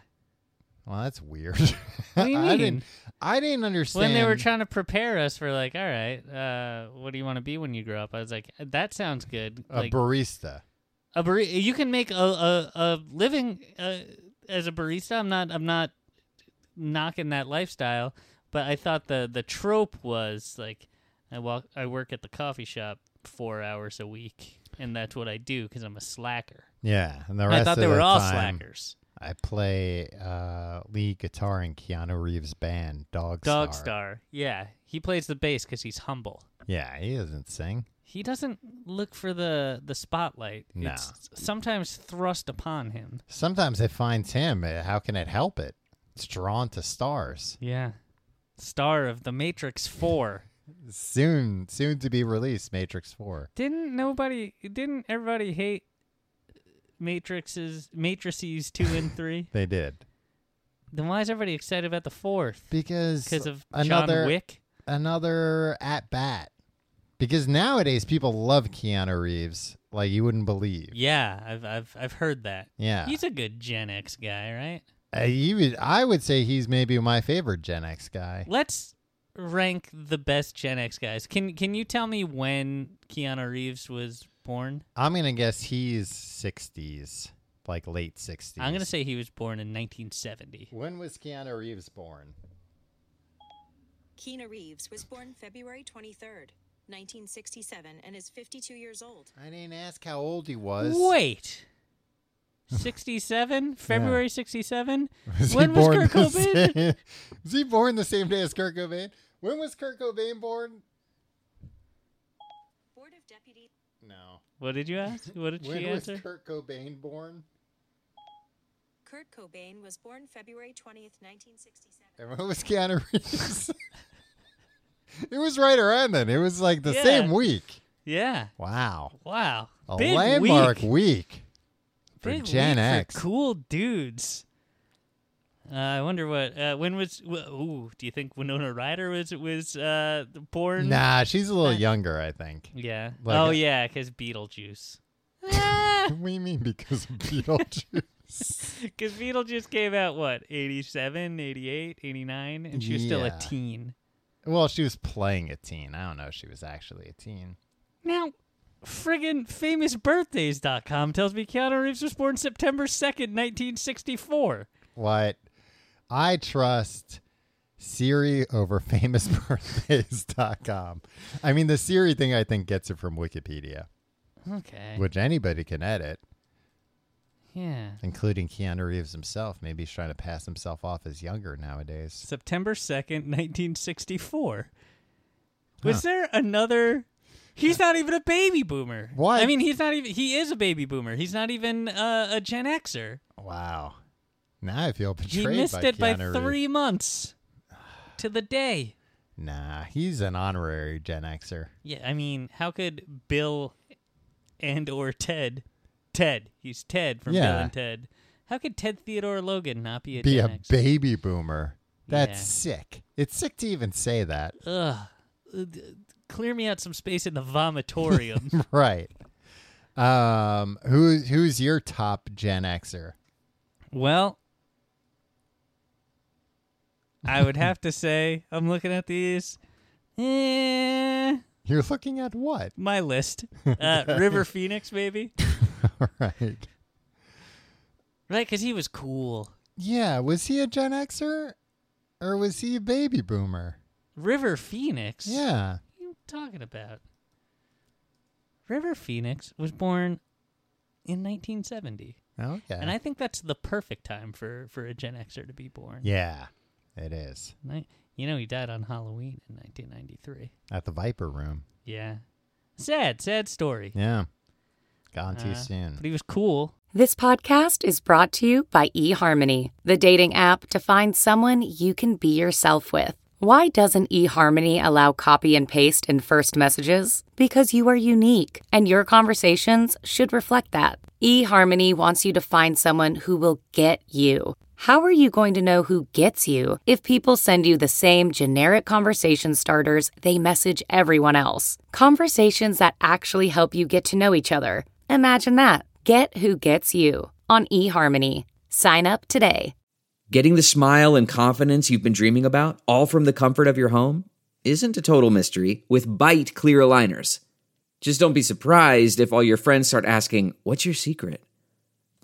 S3: Well, that's weird. (laughs)
S4: What do you
S3: I
S4: mean?
S3: didn't I didn't understand
S4: when they were trying to prepare us for like, all right, uh, what do you want to be when you grow up? I was like, that sounds good.
S3: a
S4: like,
S3: barista.
S4: a barista. You can make a a, a living uh, as a barista. I'm not. I'm not knocking that lifestyle, but I thought the the trope was like I walk. I work at the coffee shop four hours a week, and that's what I do because I'm a slacker.
S3: Yeah. And the
S4: And
S3: rest
S4: I thought
S3: of
S4: they
S3: the
S4: were all
S3: time,
S4: slackers.
S3: I play uh, lead guitar in Keanu Reeves' band, Dog
S4: Dog Star. Yeah, he plays the bass because he's humble.
S3: Yeah, he doesn't sing.
S4: He doesn't look for the the spotlight.
S3: No.
S4: It's sometimes thrust upon him.
S3: Sometimes it finds him. Uh, How can it help it? It's drawn to stars.
S4: Yeah. Star of the Matrix 4.
S3: Soon, soon to be released, Matrix Four.
S4: Didn't nobody? Didn't everybody hate matrices, matrices two and
S3: (laughs)
S4: three?
S3: They did
S4: Then why is everybody excited about the fourth?
S3: because
S4: Because of
S3: another
S4: John Wick.
S3: another at bat. Because nowadays people love Keanu Reeves like you wouldn't believe.
S4: Yeah, I've I've I've heard that.
S3: Yeah,
S4: He's a good Gen X guy, right?
S3: Uh, you would, I would say he's maybe my favorite Gen X guy.
S4: Let's rank the best Gen X guys. Can can you tell me when Keanu Reeves was born?
S3: I'm gonna guess he's 60s. like late 60s.
S4: I'm gonna say he was born in 1970.
S3: When was Keanu Reeves born?
S1: Keena Reeves was born February 23rd, 1967, and is 52 years old.
S3: I didn't ask how old he was.
S4: Wait. 67? February 67?
S3: (laughs) Was he
S4: when was
S3: born
S4: Kurt
S3: the
S4: Cobain? (laughs)
S3: same- was he born the same day as Kurt Cobain? When was Kurt Cobain born?
S1: Board of Deputies.
S3: No.
S4: What did you ask? What did
S3: when
S4: she
S3: was
S4: answer?
S3: Kurt Cobain born?
S1: Kurt Cobain was born February 20th, 1967.
S3: And when was Keanu Reeves? (laughs) it was right around then. It was like the
S4: Yeah.
S3: same week.
S4: Yeah.
S3: Wow.
S4: Wow.
S3: A
S4: Big
S3: landmark
S4: week.
S3: week. for
S4: Big
S3: Gen
S4: week
S3: X.
S4: For cool dudes. Uh, I wonder what. Uh, when was? wh- ooh, do you think Winona Ryder was was uh, born?
S3: Nah, she's a little
S4: Eh.
S3: younger, I
S4: (laughs)
S3: think.
S4: Yeah.
S3: Like-
S4: oh yeah, because
S3: (laughs)
S4: Beetlejuice. (laughs) Because
S3: What do you mean because of Beetlejuice? (laughs)
S4: Beetlejuice came out what 87, 88, 89, and she was still a
S3: Yeah.
S4: teen.
S3: well, she was playing a teen. I don't know if she was actually a teen.
S4: Now, friggin' famousbirthdays.com tells me Keanu Reeves was born September 2nd, 1964.
S3: What? I trust Siri over (laughs) famousbirthdays.com. I mean, the Siri thing I think gets it from Wikipedia,
S4: Okay.
S3: which anybody can edit,
S4: Yeah.
S3: including Keanu Reeves himself. Maybe he's trying to pass himself off as younger nowadays.
S4: September 2nd, 1964. Was there another He's not even a baby boomer.
S3: Why?
S4: I mean, he's not even he is a baby boomer. He's not even uh, a Gen Xer.
S3: Wow. Now I feel
S4: He
S3: betrayed
S4: missed
S3: by
S4: it by
S3: Keanu
S4: 3
S3: Reeves.
S4: months to the day.
S3: Nah, he's an honorary Gen Xer.
S4: Yeah, I mean, how could Bill and or Ted, Ted, he's Ted from Bill
S3: Yeah.
S4: and Ted. How could Ted Theodore Logan not be a
S3: Be
S4: Gen
S3: a
S4: X?
S3: baby boomer. That's
S4: Yeah.
S3: sick. It's sick to even say that.
S4: (laughs) Ugh. Uh, d- Clear me out some space in
S3: (laughs)
S4: the vomitorium.
S3: right. Um, who's who's your top Gen Xer?
S4: well, I (laughs) would have to say I'm looking at these. Eh,
S3: You're looking at
S4: (laughs)
S3: what?
S4: my list. Uh, (laughs) River Phoenix, maybe.
S3: All right.
S4: Right, because he was cool.
S3: Yeah, was he a Gen Xer or was he a baby boomer?
S4: River Phoenix.
S3: Yeah.
S4: What are you talking about? River Phoenix was born in 1970,
S3: Okay.
S4: and I think that's the perfect time for for a Gen Xer to be born.
S3: yeah, it is
S4: Ni- you know, he died on Halloween in 1993.
S3: at the Viper Room.
S4: Yeah, sad, sad story.
S3: Yeah, gone too
S4: Uh,
S3: soon.
S4: But he was cool.
S5: This podcast is brought to you by eHarmony, the dating app to find someone you can be yourself with. Why doesn't eHarmony allow copy and paste in first messages? Because you are unique, and your conversations should reflect that. eHarmony wants you to find someone who will get you. How are you going to know who gets you if people send you the same generic conversation starters they message everyone else? Conversations that actually help you get to know each other. Imagine that. Get who gets you on eHarmony. Sign up today.
S6: Getting the smile and confidence you've been dreaming about, all from the comfort of your home, isn't a total mystery with bite clear aligners. Just don't be surprised if all your friends start asking, What's your secret?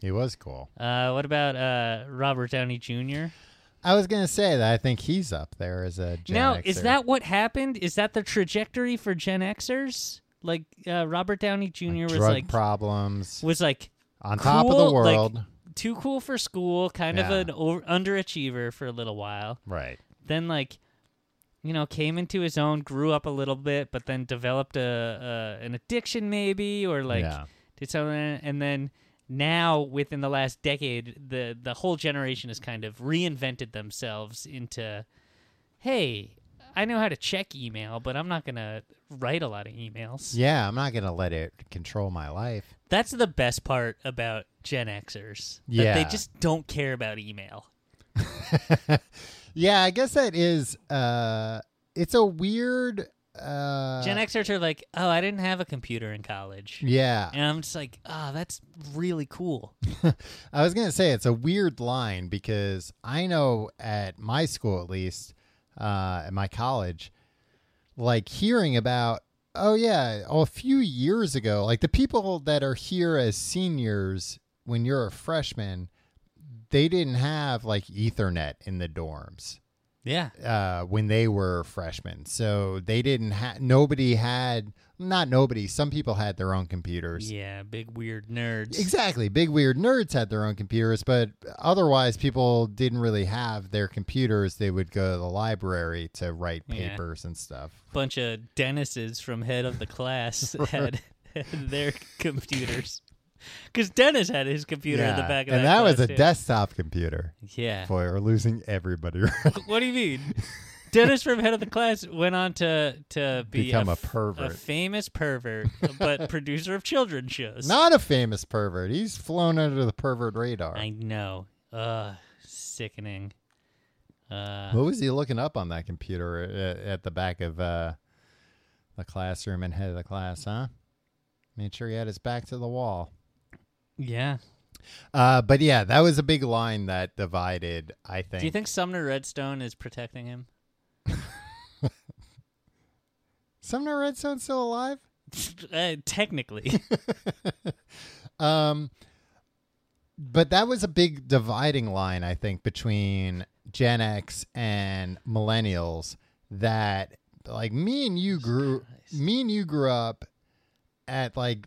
S3: He was cool.
S4: Uh, what about uh, Robert Downey Jr.?
S3: I was gonna say that I think he's up there as a Gen
S4: now, is
S3: Xer.
S4: that what happened? Is that the trajectory for Gen Xers? Like uh, Robert Downey Jr.
S3: Like
S4: was
S3: drug
S4: like
S3: problems
S4: was like
S3: on top of the
S4: cool, like-
S3: world?
S4: too cool for school, kind of
S3: Yeah.
S4: an over- underachiever for a little while.
S3: right.
S4: Then, like, you know, came into his own, grew up a little bit, but then developed a, a an addiction maybe, or like
S3: Yeah.
S4: did something. And then now, within the last decade, the the whole generation has kind of reinvented themselves into, hey, I know how to check email, but I'm not gonna write a lot of emails.
S3: Yeah, I'm not gonna let it control my life.
S4: That's the best part about Gen Xers. That
S3: Yeah.
S4: they just don't care about email.
S3: yeah, I guess that is. Uh, it's a weird. Uh,
S4: Gen Xers are like, oh, I didn't have a computer in college.
S3: Yeah,
S4: And I'm just like, oh, that's really cool.
S3: I was gonna say it's a weird line because I know at my school, at least uh, at my college, like hearing about oh yeah, oh, a few years ago, like the people that are here as seniors when you're a freshman, they didn't have like Ethernet in the dorms
S4: Yeah.
S3: uh, when they were freshmen. So they didn't have, nobody had, not nobody, some people had their own computers.
S4: Yeah, big weird nerds.
S3: Exactly. Big weird nerds had their own computers, but otherwise people didn't really have their computers. They would go to the library to write
S4: Yeah.
S3: papers and stuff.
S4: Bunch of dentists from head of
S3: (laughs)
S4: the class had, had their computers. Because Dennis had his computer in the back of
S3: and
S4: that
S3: that was
S4: class,
S3: a
S4: too.
S3: desktop computer.
S4: Yeah.
S3: Boy, we're losing everybody. (laughs)
S4: (laughs) What do you mean? Dennis from head of the class went on to to be
S3: Become a
S4: f-
S3: pervert.
S4: a famous pervert,
S3: (laughs)
S4: but producer of children shows.
S3: Not a famous pervert. He's flown under the pervert radar.
S4: I know. Ugh, sickening. Uh,
S3: What was he looking up on that computer at, at the back of uh, the classroom and head of the class, huh? Made sure he had his back to the wall.
S4: yeah.
S3: Uh, but yeah, that was a big line that divided, I think.
S4: Do you think Sumner Redstone is protecting
S3: (laughs)
S4: him?
S3: Sumner Redstone's still alive?
S4: uh, technically,
S3: Um, but that was a big dividing line, I think, between Gen X and millennials. That like me and you grew, me and you grew up at like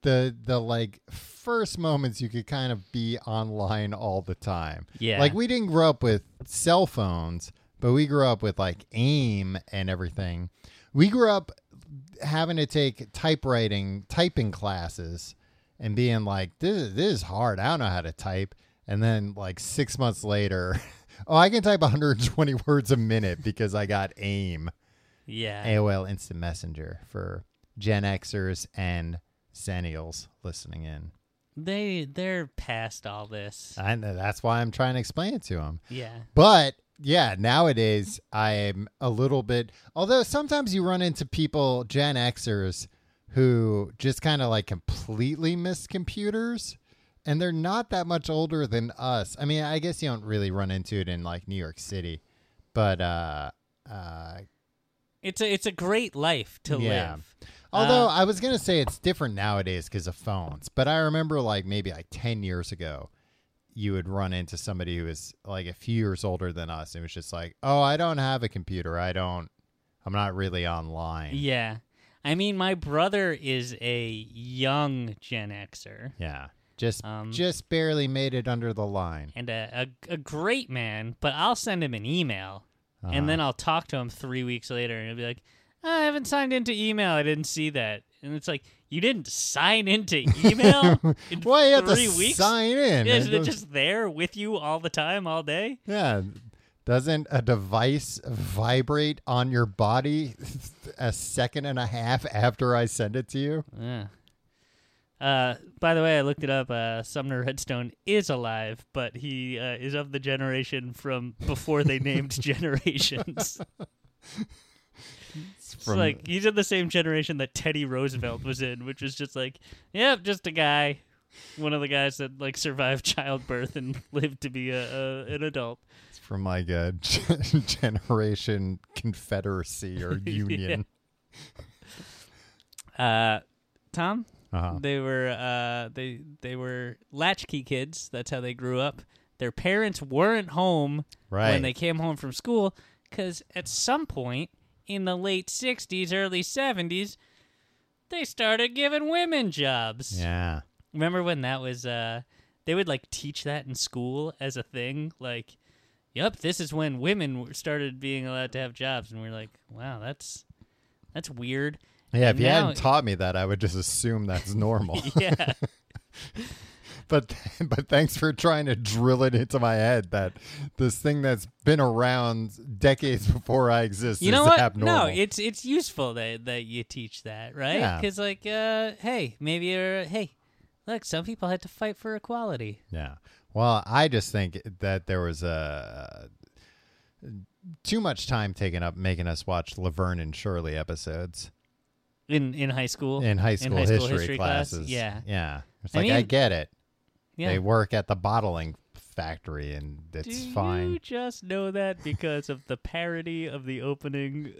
S3: the the like first moments you could kind of be online all the time.
S4: Yeah.
S3: like we didn't grow up with cell phones, but we grew up with like AIM and everything. We grew up having to take typewriting typing classes and being like this is, this is hard i don't know how to type and then like six months later (laughs) oh i can type 120 (laughs) words a minute because i got aim
S4: (laughs) yeah.
S3: aol instant messenger for gen xers and Xennials listening in
S4: They they're past all this.
S3: I know that's why i'm trying to explain it to them
S4: yeah.
S3: But yeah, nowadays I'm a little bit. Although sometimes you run into people, Gen Xers, who just kind of like completely miss computers, and they're not that much older than us. I mean, I guess you don't really run into it in like New York City, but uh, uh,
S4: It's a it's a great life to
S3: Yeah.
S4: live.
S3: Although
S4: Uh,
S3: I was gonna say it's different nowadays because of phones, but I remember like maybe like ten years ago, you would run into somebody who was like a few years older than us, and it was just like, "Oh, I don't have a computer. I don't. I'm not really online."
S4: Yeah. I mean, my brother is a young Gen Xer
S3: yeah, just
S4: Um,
S3: just barely made it under the line.
S4: and a, a, a great man, but I'll send him an email
S3: Uh-huh.
S4: and then I'll talk to him three weeks later and he'll be like, I haven't signed into email. I didn't see that. And it's like, you didn't sign into email? in
S3: (laughs) Why you have to
S4: three weeks?
S3: sign in?
S4: Yeah, Isn't
S3: It
S4: it
S3: was-
S4: just there with you all the time, all day?
S3: yeah. Doesn't a device vibrate on your body (laughs) a second and a half after I send it to you?
S4: Yeah. Uh, by the way, I looked it up. Uh, Sumner Redstone is alive, but he uh, is of the generation from before they named generations. It's
S3: from-
S4: like he's in the same generation that Teddy Roosevelt was in, which was just like, yep, just a guy, one of the guys that like survived (laughs) childbirth and lived to be a, a an adult.
S3: from like (laughs) a uh, generation confederacy
S4: (laughs)
S3: or union.
S4: Uh, Tom,
S3: Uh-huh.
S4: They were uh, they they were latchkey kids. That's how they grew up. Their parents weren't home
S3: Right.
S4: when they came home from school because at some point in the late '60s, early '70s, they started giving women jobs.
S3: Yeah.
S4: Remember when that was? Uh, they would like teach that in school as a thing. Like, yep, this is when women w- started being allowed to have jobs, and we're like, wow, that's that's weird.
S3: Yeah, if you
S4: Now-
S3: hadn't taught me that, I would just assume
S4: (laughs)
S3: that's normal.
S4: Yeah.
S3: (laughs) but but thanks for trying to drill it into my head that this thing that's been around decades before I exist
S4: you
S3: is
S4: know what?
S3: abnormal.
S4: No, it's it's useful that that you teach that, right?
S3: Yeah.
S4: Because like, uh, hey, maybe you're hey, look, some people had to fight for equality.
S3: yeah. Well, I just think that there was a too much time taken up making us watch Laverne and Shirley episodes
S4: in in high school
S3: in high school, history, classes.
S4: Yeah,
S3: yeah. It's
S4: I
S3: like I,
S4: mean-
S3: get it.
S4: yeah.
S3: They work at the bottling factory, and it's
S4: Do
S3: fine.
S4: you just know that because of the parody of the opening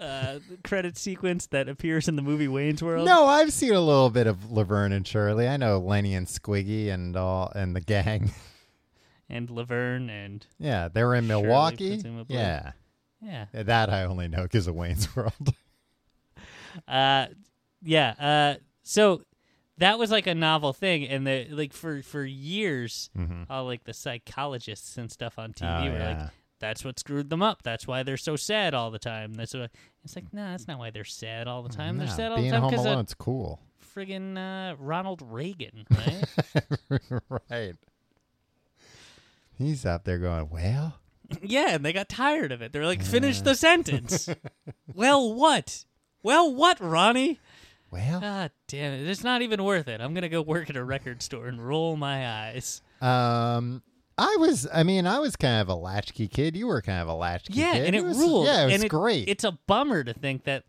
S4: uh, credit sequence that appears in the movie Wayne's World?
S3: No, I've seen a little bit of Laverne and Shirley. I know Lenny and Squiggy and all and the gang. (laughs)
S4: And Laverne and
S3: Yeah, they were in
S4: Shirley,
S3: Milwaukee.
S4: presumably.
S3: Yeah,
S4: yeah,
S3: that I only know because of Wayne's (laughs) World.
S4: uh, yeah. Uh, so that was like a novel thing, and the like for for years, all like the psychologists and stuff on TV
S3: Mm-hmm. Oh,
S4: were
S3: yeah.
S4: like, "That's what screwed them up. That's why they're so sad all the time." That's what it's like. No, that's not why they're sad all the time.
S3: Mm, Yeah,
S4: they're sad all
S3: being
S4: the time
S3: home
S4: because
S3: alone,
S4: of
S3: it's cool. (laughs)
S4: friggin' uh, Ronald Reagan, right?
S3: right. He's out there going, well,
S4: Yeah, and they got tired of it. They're like, finish
S3: (laughs)
S4: the sentence. well, what? Well, what, Ronnie?
S3: well.
S4: God damn it. It's not even worth it. I'm going to go work at a record store and roll my eyes.
S3: Um, I was, I mean, I was kind of a latchkey kid. You were kind of a latchkey
S4: Yeah,
S3: kid.
S4: and it,
S3: was-
S4: ruled.
S3: Yeah, it was
S4: and
S3: great.
S4: It's a bummer to think that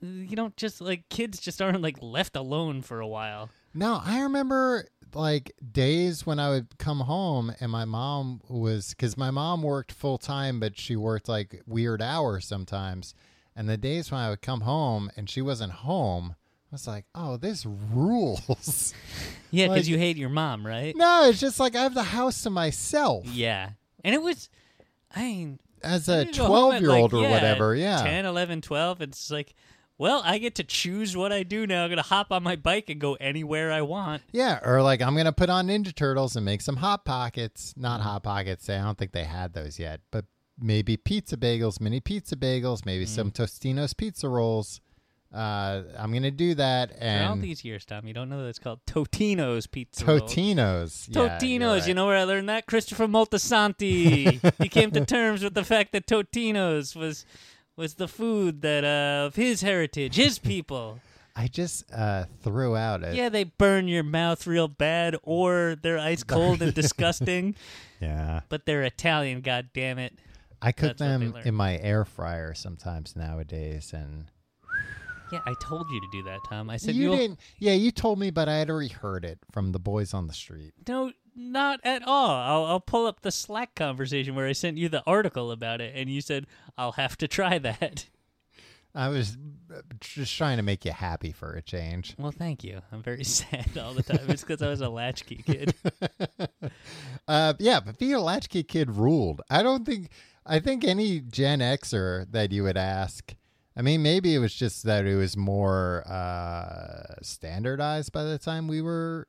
S4: you don't just, like, kids just aren't, like, left alone for a while.
S3: No, I remember like days when I would come home and my mom was because my mom worked full time, but she worked like weird hours sometimes. And the days when I would come home and she wasn't home, I was like, oh, this rules. (laughs)
S4: Yeah, because
S3: Like-
S4: you hate your mom, right?
S3: no, it's just like I have the house to myself
S4: Yeah. And it was, I mean,
S3: as a
S4: You go home
S3: 12
S4: at,
S3: year
S4: like,
S3: old or whatever. Yeah.
S4: 10 11 12 it's just like well i get to choose what i do now i'm gonna hop on my bike and go anywhere i want
S3: Yeah, or like I'm gonna put on Ninja Turtles and make some hot pockets. Not
S4: Mm-hmm.
S3: hot pockets. I don't think they had those yet, but maybe pizza bagels, mini pizza bagels, maybe
S4: Mm-hmm.
S3: some Tostinos pizza rolls. Uh, I'm gonna do that
S4: and all
S3: and
S4: these years tom you don't know that it's called totino's pizza Roll.
S3: Totinos. Yeah,
S4: Totino's,
S3: you're right.
S4: you know where I learned that? Christopher Moltisanti. he
S3: (laughs)
S4: came to terms with the fact that Totino's was was the food that uh, of his
S3: (laughs)
S4: heritage, his people.
S3: I just uh, threw out a
S4: yeah, they burn your mouth real bad, or they're
S3: (laughs)
S4: ice cold and disgusting,
S3: Yeah.
S4: but they're Italian, god damn it.
S3: I cook
S4: That's what they
S3: them
S4: learn.
S3: in my air fryer sometimes nowadays, and
S4: Yeah, I told you to do that, Tom. I said
S3: you
S4: you'll-
S3: didn't. Yeah, you told me, but I had already heard it from the boys on the street.
S4: No, not at all. I'll, I'll pull up the Slack conversation where I sent you the article about it, and you said, I'll have to try that.
S3: I was uh, just trying to make you happy for a change.
S4: Well, thank you. I'm very (laughs) sad all the time. It's because I was a latchkey kid.
S3: (laughs) Uh, yeah, but being a latchkey kid ruled. I don't think. I think any Gen Xer that you would ask. I mean, maybe it was just that it was more uh, standardized by the time we were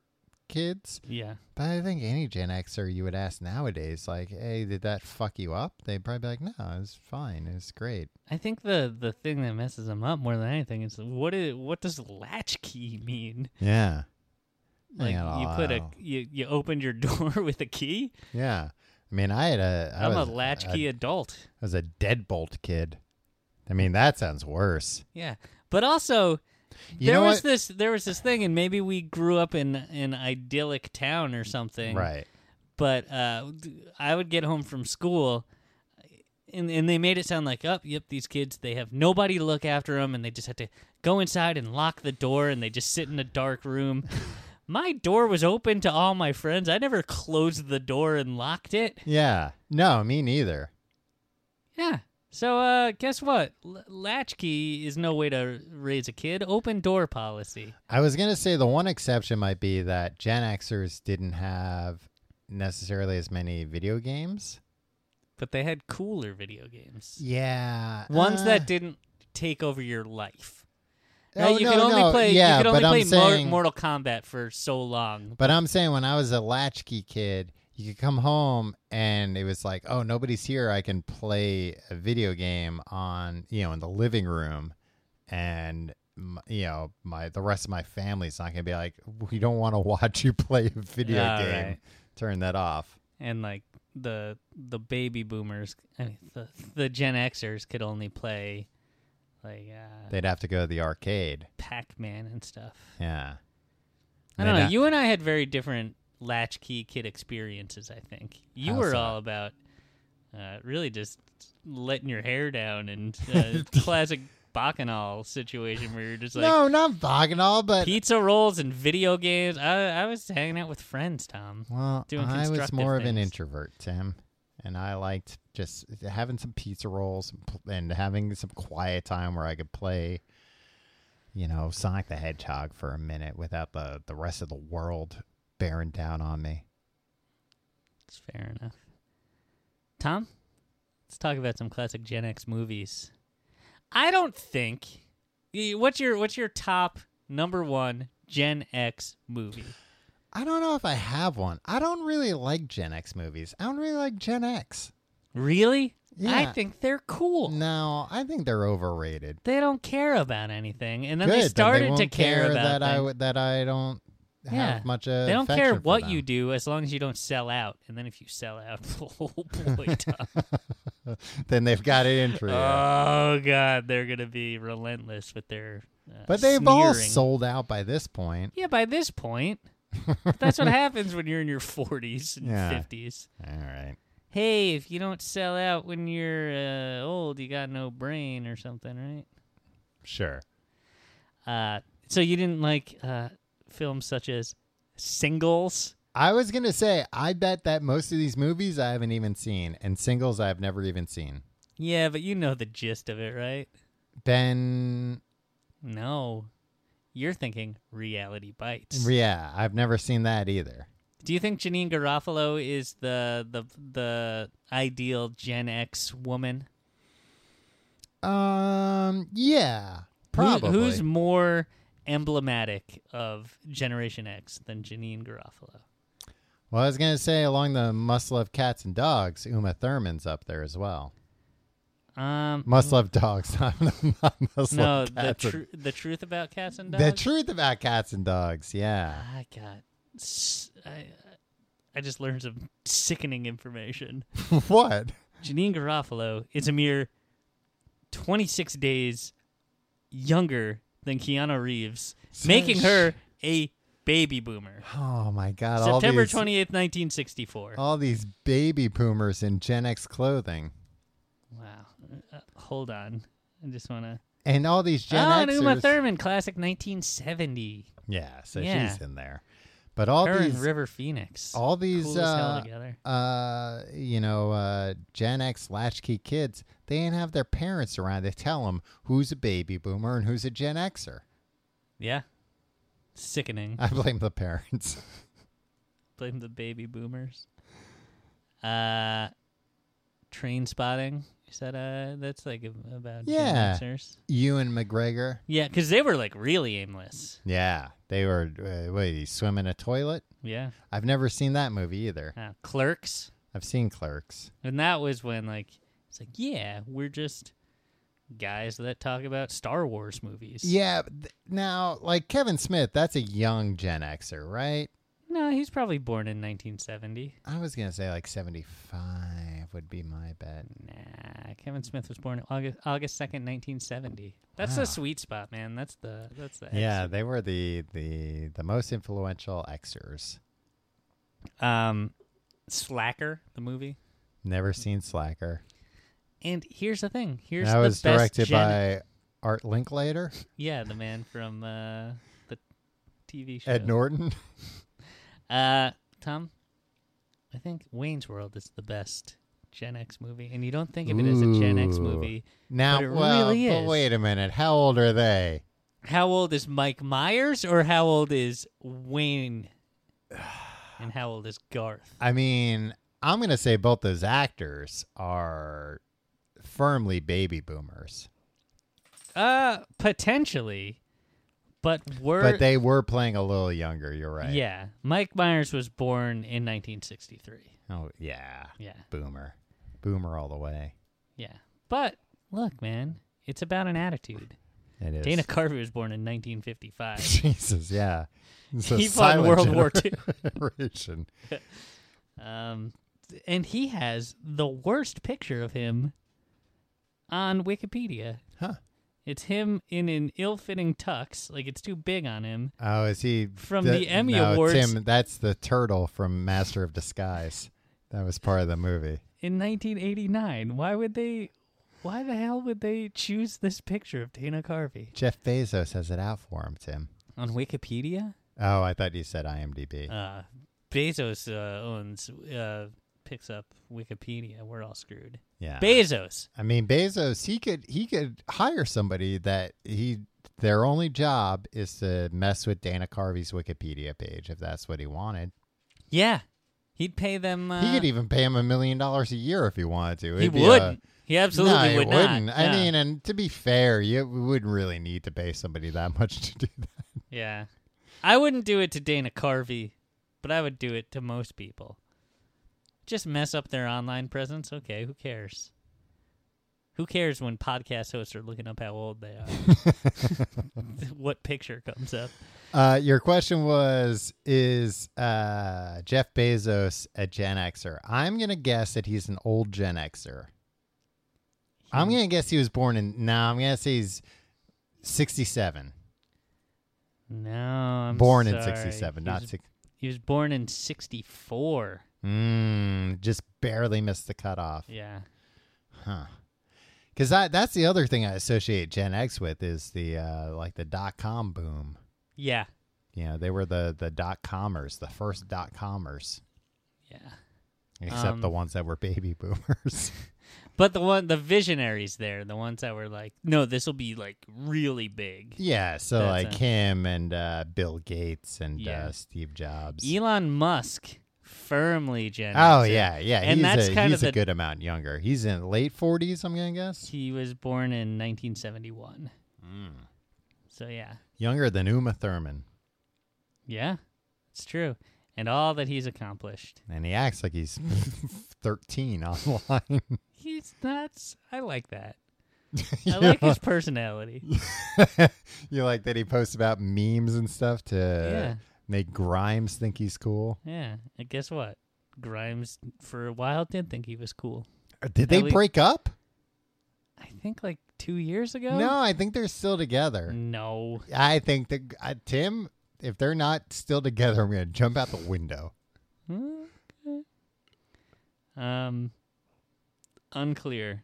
S3: kids.
S4: Yeah.
S3: But I think any Gen Xer you would ask nowadays, like, "Hey, did that fuck you up?" They'd probably be like, "No, it's fine. It's great."
S4: I think the, the thing that messes them up more than anything is what is, what does latchkey mean?
S3: Yeah,
S4: Like
S3: Yeah,
S4: you put a
S3: wow.
S4: you, you opened your (laughs) door with a key.
S3: yeah. I mean, I had a. I
S4: I'm
S3: was
S4: a latchkey
S3: I
S4: adult.
S3: was a deadbolt kid. I mean, that sounds worse.
S4: Yeah, but also
S3: You
S4: there
S3: know
S4: was
S3: what?
S4: this there was this thing, and maybe we grew up in an idyllic town or something,
S3: Right.
S4: But uh, I would get home from school, and and they made it sound like, oh, yep, these kids they have nobody to look after them, and they just have to go inside and lock the door, and they just sit in a dark room. my door was open to all my friends. I never closed the door and locked it.
S3: Yeah. No, me neither.
S4: Yeah. So, uh, guess what? L- latchkey is no way to raise a kid. Open door policy.
S3: I was gonna say the one exception might be that Gen Xers didn't have necessarily as many video games.
S4: But they had cooler video games.
S3: Yeah, Uh.
S4: Ones that didn't take over your life. Now,
S3: Oh,
S4: you
S3: no,
S4: could only
S3: no,
S4: play,
S3: yeah,
S4: you could only
S3: but
S4: play
S3: I'm
S4: Mor-
S3: saying-
S4: Mortal Kombat for so long.
S3: But I'm saying when I was a latchkey kid, you could come home and it was like, oh, nobody's here. I can play a video game on you know in the living room, and m- you know my the rest of my family's not gonna be like, we don't want to (laughs) watch you play a video
S4: Yeah,
S3: game.
S4: right.
S3: Turn that off.
S4: And, like, the the baby boomers, I mean, the, the Gen Xers could only play, like, uh,
S3: They'd have to go to the arcade.
S4: Pac Man and stuff.
S3: Yeah.
S4: I don't
S3: They'd
S4: know.
S3: ha-
S4: You and I had very different latchkey kid experiences. I think you
S3: How's
S4: were
S3: that?
S4: all about uh, really just letting your hair
S3: (laughs)
S4: down and uh, classic bacchanal situation where you're just like
S3: no, not Vaginal, but
S4: pizza rolls and video games. I, I was hanging out with friends, Tom.
S3: well,
S4: doing
S3: I was
S4: constructive
S3: more of an
S4: things.
S3: introvert, Tim, and I liked just having some pizza rolls and pl- and having some quiet time where I could play, you know, Sonic the Hedgehog for a minute without the the rest of the world bearing down on me.
S4: It's fair enough. Tom, let's talk about some classic Gen X movies. I don't think. y- What's your What's your top number one Gen X movie?
S3: I don't know if I have one. I don't really like Gen X movies. I don't really like Gen X.
S4: Really? I
S3: Yeah.
S4: think they're cool.
S3: No, I think they're overrated.
S4: They don't care about anything, and then
S3: Good,
S4: they
S3: then
S4: started to
S3: won't
S4: care, about
S3: that. I
S4: things.
S3: would that I don't have
S4: Yeah.
S3: much. Uh,
S4: they don't care
S3: affection for
S4: what you
S3: them.
S4: do as long as you don't sell out. And then if you sell out, (laughs) oh boy,
S3: (laughs)
S4: Tom.
S3: (laughs) then they've got it in for you.
S4: Oh god, they're gonna be relentless with their. Uh,
S3: but they've all
S4: sneering.
S3: sold out by this point.
S4: Yeah, by this point, But that's what happens when you're in your 40s and
S3: Yeah.
S4: 50s.
S3: All right.
S4: Hey, if you don't sell out when you're uh, old, you got no brain or something,
S3: Sure.
S4: right? Uh, so you didn't like uh, films such as Singles.
S3: I was gonna say, I bet that most of these movies I haven't even seen, and singles I've never even seen.
S4: Yeah, but you know the gist of it, right?
S3: Then,
S4: No, you're thinking Reality Bites.
S3: yeah, I've never seen that either.
S4: Do you think Janine Garofalo is the the the ideal Gen X woman?
S3: Um, yeah,
S4: Who-
S3: probably.
S4: who's more emblematic of Generation X than Janine Garofalo?
S3: Well, I was gonna say along the must love cats and dogs, Uma Thurman's up there as well.
S4: Um,
S3: Must love dogs, (laughs) not, not must
S4: no,
S3: love
S4: the
S3: cats. and-
S4: tru- the truth about cats and dogs.
S3: the truth about cats and dogs, yeah. (laughs)
S4: I got. s- I, I just learned some sickening information.
S3: what?
S4: Janine Garofalo is a mere 26 days younger than Keanu Reeves,
S3: So
S4: making
S3: sh-
S4: her a baby boomer.
S3: Oh my God! all
S4: September
S3: these, Oh.
S4: 28th, 1964.
S3: all these baby boomers in Gen X clothing,
S4: Wow. Uh, hold on. I just want to.
S3: and all these Gen
S4: oh, and
S3: Xers.
S4: Uma Thurman, classic 1970.
S3: Yeah, so
S4: Yeah.
S3: she's in there. But all
S4: Her and
S3: these,
S4: River Phoenix.
S3: all these,
S4: cool as hell
S3: uh,
S4: together.
S3: uh, you know, uh, Gen X latchkey kids, they ain't have their parents around to tell them who's a baby boomer and who's a Gen Xer.
S4: Yeah. Sickening.
S3: I blame the parents. (laughs)
S4: Blame the baby boomers. Uh, train spotting. Is that uh? That's like a- about Gen
S3: Yeah.
S4: Xers.
S3: Ewan McGregor.
S4: Yeah, because they were like really aimless.
S3: Yeah, they were. Uh, wait, you swim in a toilet?
S4: Yeah.
S3: I've never seen that movie either.
S4: Uh, clerks.
S3: I've seen Clerks.
S4: And that was when like it's like yeah we're just guys that talk about Star Wars movies.
S3: Yeah, but th- now like Kevin Smith, that's a young Gen Xer, right?
S4: No, he's probably born in 1970.
S3: I was gonna say like seventy-five would be my bet.
S4: Nah, Kevin Smith was born August August second, nineteen seventy. That's
S3: Wow.
S4: the sweet spot, man. That's the that's the
S3: Yeah, they were the the the most influential Xers.
S4: Um, Slacker, the movie.
S3: Never seen Slacker.
S4: And here's the thing. Here's
S3: that
S4: the
S3: was
S4: best
S3: directed
S4: Gen-
S3: by Art Linklater,
S4: yeah, the man from uh, the TV show.
S3: Ed Norton. (laughs)
S4: Uh, Tom, I think Wayne's World is the best Gen X movie, and you don't think of it as a Gen X
S3: Ooh.
S4: movie.
S3: Now,
S4: But it
S3: well,
S4: really
S3: but
S4: is.
S3: wait a minute. How old are they?
S4: How old is Mike Myers, or how old is
S3: (sighs)
S4: Wayne? And how old is Garth?
S3: I mean, I'm gonna say both those actors are firmly baby boomers,
S4: Uh, potentially, but were
S3: but they were playing a little younger. You're right.
S4: Yeah, Mike Myers was born in 1963.
S3: Oh yeah.
S4: Yeah,
S3: Boomer. Boomer all the way.
S4: yeah. But look, man, it's about an attitude.
S3: It is. (laughs)
S4: Dana Carvey was born in 1955.
S3: Jesus, yeah.
S4: (laughs)
S3: It's a
S4: He fought in World War II.
S3: War II.
S4: um, and he has the worst picture of him on Wikipedia.
S3: (laughs) Huh.
S4: It's him in an ill-fitting tux, like it's too big on him.
S3: Oh, is he
S4: From the Emmy
S3: no,
S4: Awards.
S3: It's him, that's the turtle from Master of Disguise. That was part of the movie.
S4: In 1989, why would they? Why the hell would they choose this picture of Dana Carvey
S3: Jeff Bezos has it out for him, Tim.
S4: on Wikipedia?
S3: Oh, I thought you said IMDb.
S4: Uh, Bezos uh, owns, uh, picks up Wikipedia. We're all screwed.
S3: yeah.
S4: Bezos.
S3: I mean, Bezos, he could he could hire somebody that he their only job is to mess with Dana Carvey's Wikipedia page if that's what he wanted.
S4: Yeah, he'd pay them. Uh,
S3: he could even pay him a million dollars a year if he wanted to.
S4: He
S3: It'd be a-
S4: would. he absolutely
S3: no, he
S4: would
S3: wouldn't.
S4: not.
S3: I
S4: No.
S3: mean, uh, and to be fair, you wouldn't really need to pay somebody that (laughs) much to do that.
S4: yeah, I wouldn't do it to Dana Carvey, but I would do it to most people. Just mess up their online presence. Okay, who cares? Who cares when podcast hosts are looking up how old
S3: (laughs)
S4: they are? (laughs) what picture comes up?
S3: Uh, your question was Is uh, Jeff Bezos a Gen Xer? I'm going to guess that he's an old Gen Xer. I'm going to guess he was born in. No, I'm going to say he's 67.
S4: No, I'm
S3: born in
S4: sorry.
S3: 67,
S4: He
S3: not
S4: was-
S3: six.
S4: He was born in 64.
S3: Mm, just barely missed the cutoff.
S4: Yeah.
S3: Because that's the other thing I associate Gen X with is the uh, like the dot com boom.
S4: Yeah.
S3: You know, they were the, the dot comers, the first dot comers,
S4: Yeah.
S3: except
S4: Um,
S3: the ones that were baby boomers. (laughs)
S4: But the one the visionaries there, the ones that were like, no, this will be like really big.
S3: Yeah, so
S4: That's
S3: like
S4: a-
S3: him and uh, Bill Gates and
S4: Yeah.
S3: uh, Steve Jobs.
S4: Elon Musk firmly Gen
S3: oh
S4: Xer.
S3: yeah, yeah.
S4: And
S3: he's
S4: that's
S3: a,
S4: kind
S3: he's
S4: of
S3: a
S4: the-
S3: good amount younger. He's in late forties, I'm gonna guess.
S4: (laughs) He was born in 1971.
S3: Mm.
S4: So yeah.
S3: Younger than Uma Thurman,
S4: Yeah. It's true. And all that he's accomplished.
S3: and he acts like he's (laughs) thirteen online. (laughs)
S4: He's nuts. I like that. I
S3: (laughs)
S4: like his personality.
S3: you like that he posts about memes and stuff to
S4: Yeah.
S3: make Grimes think he's cool.
S4: Yeah. And guess what? Grimes for a while did think he was cool.
S3: Uh, Did they
S4: At least-
S3: break up?
S4: I think like two years ago.
S3: No, I think they're still together.
S4: No.
S3: I think that uh, Tim, if they're not still together, I'm gonna jump out the window.
S4: Um. Unclear.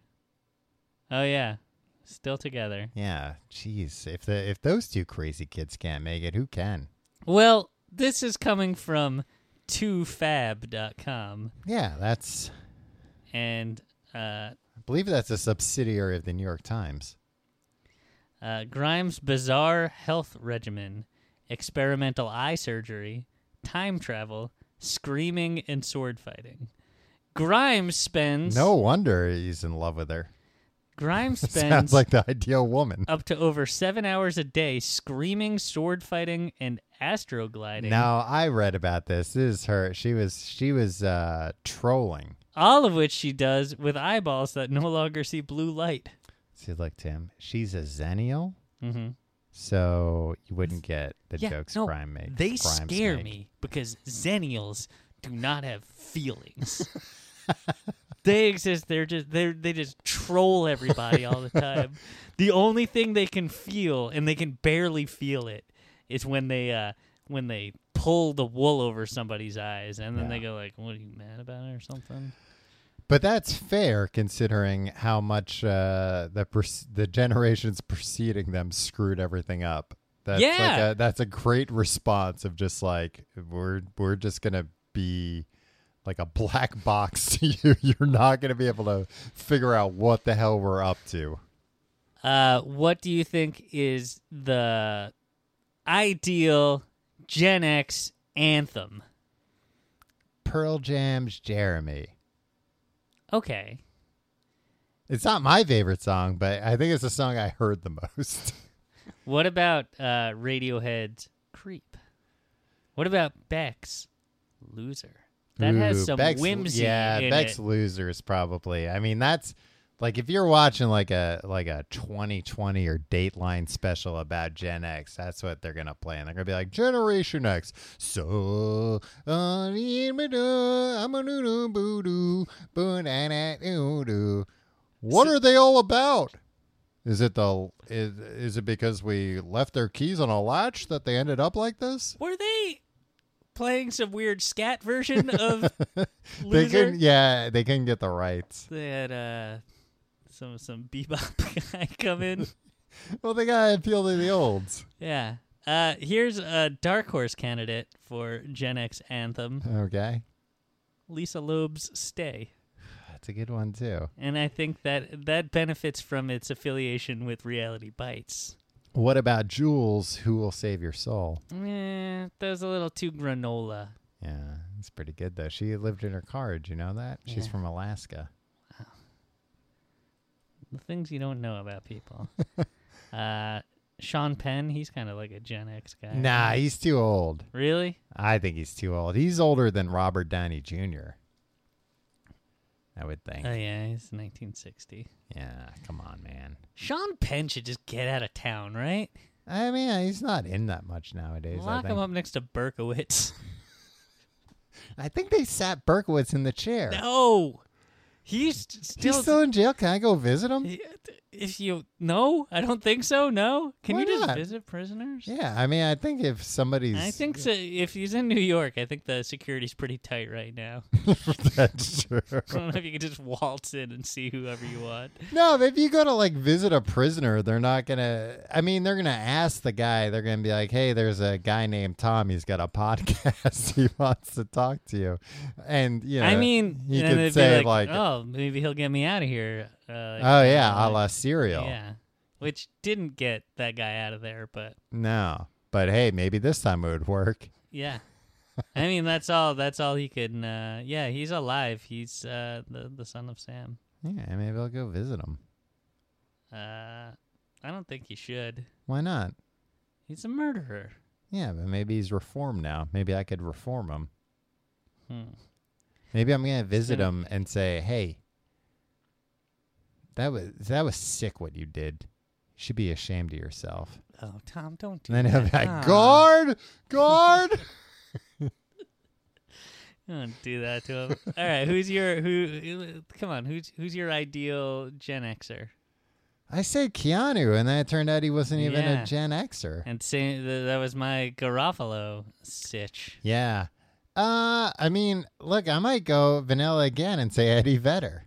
S4: Oh yeah, still together.
S3: Yeah, jeez. If the if those two crazy kids can't make it, who can?
S4: Well, this is coming from 2fab.com
S3: Yeah, that's.
S4: and uh,
S3: I believe that's a subsidiary of the New York Times.
S4: uh, Grimes' bizarre health regimen, experimental eye surgery, time travel, screaming, and sword fighting. Grimes spends
S3: No wonder he's in love with her. (laughs)
S4: Grimes
S3: Sounds
S4: spends
S3: like the ideal woman.
S4: up to over seven hours a day screaming, sword fighting, and astrogliding.
S3: Now I read about this. This is her. She was she was uh, trolling.
S4: all of which she does with eyeballs that no longer see blue light.
S3: See, look, Tim. She's a zennial,
S4: Mm-hmm.
S3: so you wouldn't get the jokes crime make.
S4: They
S3: Grimes
S4: scare
S3: make.
S4: me because zennials do not have (laughs) feelings. they exist. They're just they are they just troll everybody all the (laughs) time. the only thing they can feel, and they can barely feel it, is when they uh when they pull the wool over somebody's eyes, and then they
S3: Yeah.
S4: go like, "What are you mad about?" or something.
S3: But that's fair considering how much uh, the pers- the generations (laughs) preceding them screwed everything up. That's
S4: Yeah.
S3: like a, that's a great response of just like we're we're just gonna be like a black (laughs) box to you. You're not gonna be able to figure out what the hell we're up to.
S4: Uh, what do you think is the ideal Gen X anthem?
S3: Pearl Jam's Jeremy.
S4: Okay.
S3: It's not my favorite song, but I think it's the song I heard the most. (laughs)
S4: What about uh, Radiohead's Creep? What about Beck's Loser? That has
S3: Ooh,
S4: some
S3: Beck's-
S4: whimsy
S3: Yeah,
S4: in
S3: Beck's
S4: it.
S3: Losers probably. I mean, that's like if you're watching like a like a 2020 or Dateline special about Gen X, that's what they're gonna play, and they're gonna be like Generation X. So uh, I'm a doo doo boo doo boo na na doo doo. What are they all about? Is it the is, is it because we left their keys on a latch that they ended up like this? (laughs)
S4: Were they playing some weird scat version of
S3: (laughs) They
S4: Loser?
S3: can yeah, they can get the rights.
S4: They had uh, some some bebop (laughs) guy come in.
S3: Well, they gotta appeal to the olds.
S4: yeah. Uh, here's a dark horse candidate for Gen X anthem:
S3: Okay,
S4: Lisa Loeb's "Stay."
S3: that's a good one too.
S4: And I think that that benefits from its affiliation with Reality Bites.
S3: What about Jules? Who will save your soul?
S4: Eh, that was a little too granola.
S3: Yeah, it's pretty good though. She lived in her car. Did you know that? She's
S4: Yeah.
S3: from Alaska.
S4: The things you don't know
S3: (laughs)
S4: about people. uh, Sean Penn, he's kind of like a Gen X guy.
S3: Nah, he's too old.
S4: Really?
S3: I think he's too old. He's older than Robert Downey Jr. I would think.
S4: Oh, yeah, he's 1960.
S3: yeah, come on, man.
S4: Sean Penn should just get out of town, right?
S3: I mean, he's not in that much nowadays.
S4: Lock
S3: I think.
S4: him up next
S3: (laughs)
S4: to Berkowitz. (laughs)
S3: I think they sat Berkowitz in the chair.
S4: no! He's t- still.
S3: he's still in jail. Can I go visit him?
S4: He- If you. No? I don't think so. No? Can
S3: Why
S4: you just
S3: not?
S4: visit prisoners?
S3: yeah, I mean, I think if somebody's,
S4: I think so. if he's in New York, I think the security's pretty tight right now.
S3: that's true.
S4: (laughs) I don't know if you can just waltz in and see whoever you want.
S3: No, if you go to like visit a prisoner, they're not gonna. I mean, they're gonna ask the guy. They're gonna be like, "Hey, there's a guy named Tom. He's got a podcast. (laughs) he wants to talk to you." And you know,
S4: I mean,
S3: he
S4: and then
S3: could
S4: they'd
S3: say
S4: be
S3: like,
S4: like, "Oh, maybe he'll get me out of here." Uh,
S3: "Oh yeah, a
S4: like-
S3: la cereal."
S4: Yeah, which didn't get that guy out of there, but
S3: No, but hey, maybe this time it would work.
S4: yeah. I mean, that's all. That's all he can. Uh, yeah, he's alive. He's uh, the the son of Sam.
S3: Yeah, maybe I'll go visit him.
S4: Uh, I don't think he should.
S3: Why not?
S4: He's a murderer.
S3: Yeah, but maybe he's reformed now. Maybe I could reform him.
S4: Hmm.
S3: Maybe I'm gonna visit
S4: gonna-
S3: him and say, "Hey, that was that was sick what you did. You should be ashamed of yourself."
S4: Oh, Tom, don't do
S3: And then he'll
S4: that.
S3: be like,
S4: Tom.
S3: "Guard, guard." (laughs)
S4: Don't do that to him. All right, who's your who? Come on, who's who's your ideal Gen Xer?
S3: I said Keanu, and then it turned out he wasn't even
S4: Yeah.
S3: a Gen Xer.
S4: And say, th- that was my Garofalo sitch.
S3: Yeah. Uh, I mean, look, I might go vanilla again and say Eddie Vedder.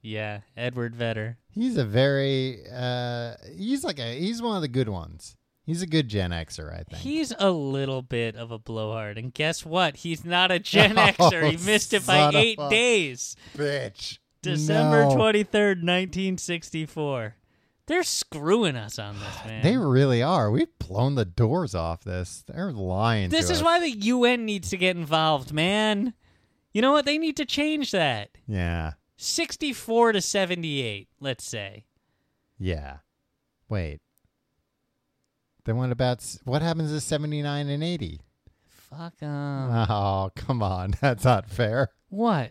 S4: Yeah, Edward Vedder.
S3: He's a very uh, he's like a he's one of the good ones. He's a good Gen Xer, I think.
S4: He's a little bit of a blowhard, and guess what? He's
S3: (laughs)
S4: not a Gen
S3: Oh,
S4: Xer. He missed it by
S3: son of
S4: eight
S3: a-
S4: days.
S3: Bitch.
S4: December
S3: No.
S4: twenty third, nineteen sixty four. They're screwing us on
S3: (sighs)
S4: this, man.
S3: They really are. We've blown the doors off this. They're lying.
S4: this
S3: to
S4: is
S3: us.
S4: why the UN needs to get involved, man. You know what? They need to change that.
S3: Yeah.
S4: Sixty four to seventy eight, let's say.
S3: Yeah. Wait. Then what about s- what happens to seventy nine and eighty?
S4: Fuck 'em.
S3: Oh, come on, (laughs) that's not fair.
S4: What?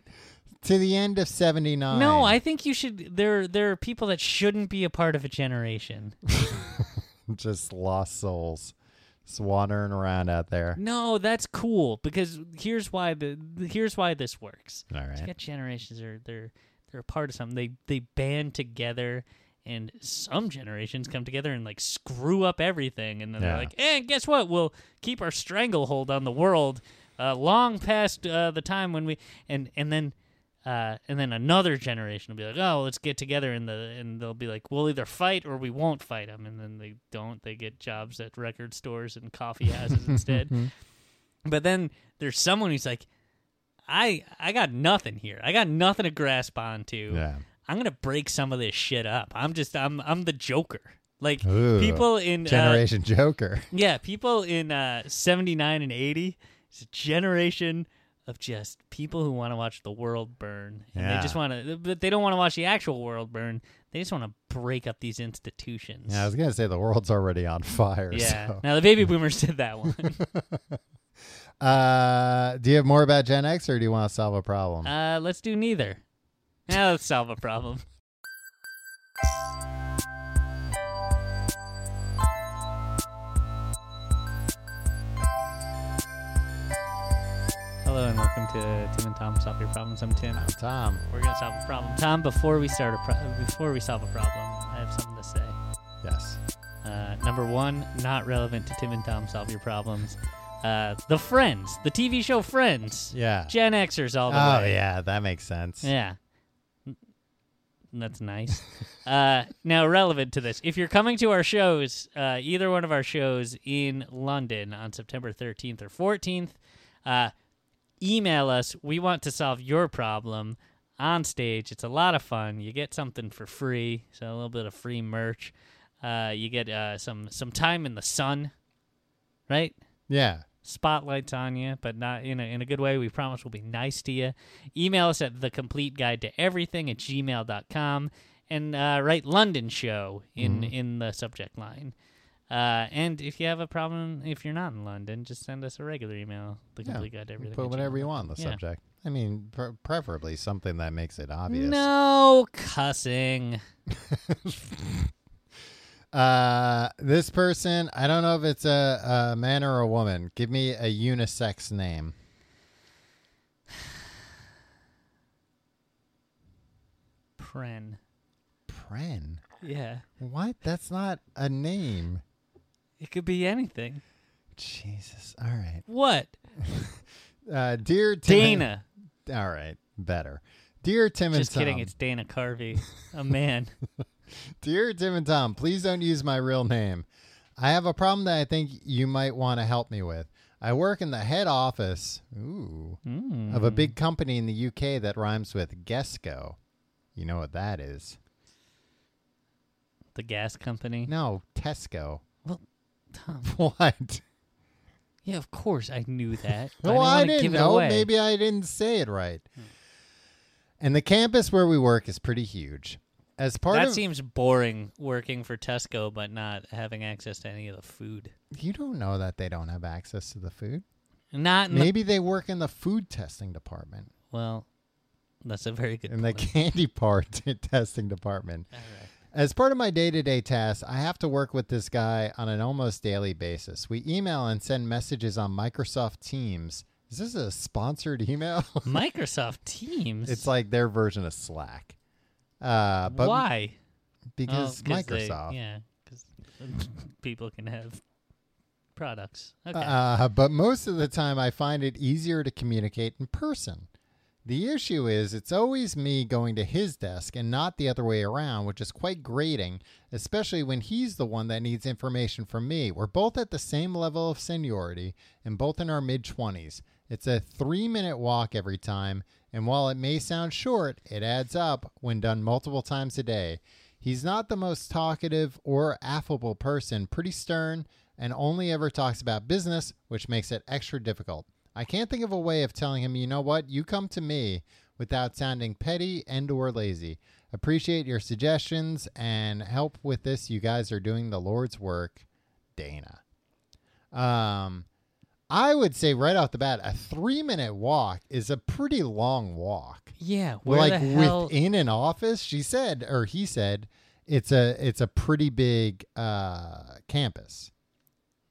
S3: To the end of seventy nine.
S4: No, I think you should. There, there are people that shouldn't be a part of a generation.
S3: just lost souls, just wandering around out there.
S4: No, that's cool because here's why the here's why this works.
S3: All
S4: It's
S3: right.
S4: got generations are they're they're a part of something. They they band together, and some generations come together and like screw up everything, and then
S3: Yeah.
S4: they're like, "And guess what? We'll keep our stranglehold on the world uh, long past uh, the time when we and and then." Uh, and then another generation will be like, "Oh, let's get together," and the and they'll be like, "We'll either fight or we won't fight them." And then they don't. They get jobs at record stores and coffee
S3: (laughs)
S4: houses instead. But then there's someone who's like, I I got nothing here. I got nothing to grasp onto.
S3: Yeah.
S4: I'm gonna break some of this shit up. I'm just I'm I'm the Joker. Like
S3: Ooh.
S4: people in uh,
S3: Generation Joker. (laughs)
S4: yeah, people in uh, 79 and 80, it's a generation of just people who want to watch the world burn. And
S3: Yeah.
S4: they just want to, but they don't want to watch the actual world burn. They just want to break up these institutions.
S3: Yeah, I was gonna say the world's already on fire.
S4: Yeah.
S3: so.
S4: Now, the baby (laughs) boomers did that one.
S3: (laughs) Uh, do you have more about Gen X, or do you want to solve a problem?
S4: Uh, let's do neither. Now let's solve
S3: (laughs)
S4: a problem. Hello and welcome to Tim and Tom Solve Your Problems. I'm Tim.
S3: Tom.
S4: We're gonna solve a problem. Tom, before we start a pro- before we solve a problem, I have something to say.
S3: Yes.
S4: Uh, number one, not relevant to Tim and Tom Solve Your Problems. Uh, the Friends, the TV show Friends.
S3: Yeah.
S4: Gen Xers all the
S3: Oh
S4: way.
S3: yeah, that makes sense.
S4: Yeah. That's nice. (laughs) uh, now, relevant to this, if you're coming to our shows, uh, either one of our shows in London on September 13th or 14th, uh, email us. We want to solve your problem on stage. It's a lot of fun. You get something for free, so a little bit of free merch. Uh, you get uh, some some time in the sun, right?
S3: Yeah.
S4: spotlights on you, but not in a, in a good way. We promise we'll be nice to you. Email us at the complete guide to everything at gmail.com and uh, write London show in,
S3: Mm-hmm.
S4: in the subject line. Uh, and if you have a problem, if you're not in London, just send us a regular email. The
S3: Yeah.
S4: complete guide to everything.
S3: Put
S4: at
S3: whatever you
S4: gmail.com.
S3: want on the
S4: Yeah.
S3: subject. I mean, pre- preferably something that makes it obvious.
S4: No cussing.
S3: Uh, this person, I don't know if it's a, a man or a woman. Give me a unisex name.
S4: Pren.
S3: Pren.
S4: Yeah.
S3: What? That's not a name.
S4: It could be anything.
S3: Jesus. All right.
S4: What?
S3: Uh, dear Tim
S4: Dana.
S3: All right. Better. Dear Tim
S4: Just
S3: and Tom.
S4: kidding. It's Dana Carvey,
S3: (laughs)
S4: a man.
S3: Dear Tim and Tom, please don't use my real name. I have a problem that I think you might want to help me with. I work in the head office ooh, of a
S4: Hmm.
S3: big company in the UK that rhymes with Gesco. You know what that is?
S4: the gas company.
S3: No, Tesco.
S4: Well, Tom.
S3: (laughs) What?
S4: Yeah, of course I knew that. but
S3: well, I
S4: wanna
S3: didn't,
S4: give it
S3: know.
S4: away. Hmm.
S3: Maybe I didn't say it right. And the campus where we work is pretty huge. As part
S4: that
S3: of
S4: seems boring working for Tesco but not having access to any of the food.
S3: you don't know that they don't have access to the food.
S4: Not in the-
S3: Maybe they work in the food testing department.
S4: well. That's a very good.
S3: in the
S4: point.
S3: candy (laughs) part testing department. As part of my day to day tasks, I have to work with this guy on an almost daily basis. We email and send messages on Microsoft Teams. Is this a sponsored email? (laughs)
S4: Microsoft Teams.
S3: it's like their version of Slack. Uh, but
S4: why? Oh,
S3: Because
S4: 'cause they-
S3: Microsoft.
S4: yeah, because people can have products. Okay.
S3: Uh, but most of the time, I find it easier to communicate in person. The issue is, it's always me going to his desk and not the other way around, which is quite grating, especially when he's the one that needs information from me. We're both at the same level of seniority and both in our mid 20s. It's a three minute walk every time, and while it may sound short, it adds up when done multiple times a day. He's not the most talkative or affable person, pretty stern, and only ever talks about business, which makes it extra difficult. I can't think of a way of telling him, you know what, you come to me without sounding petty and or lazy. Appreciate your suggestions and help with this. You guys are doing the Lord's work, Dana. Um I would say right off the bat, a three minute walk is a pretty long walk
S4: yeah, where
S3: like
S4: the hell?
S3: within an office she said or he said it's a it's a pretty big uh campus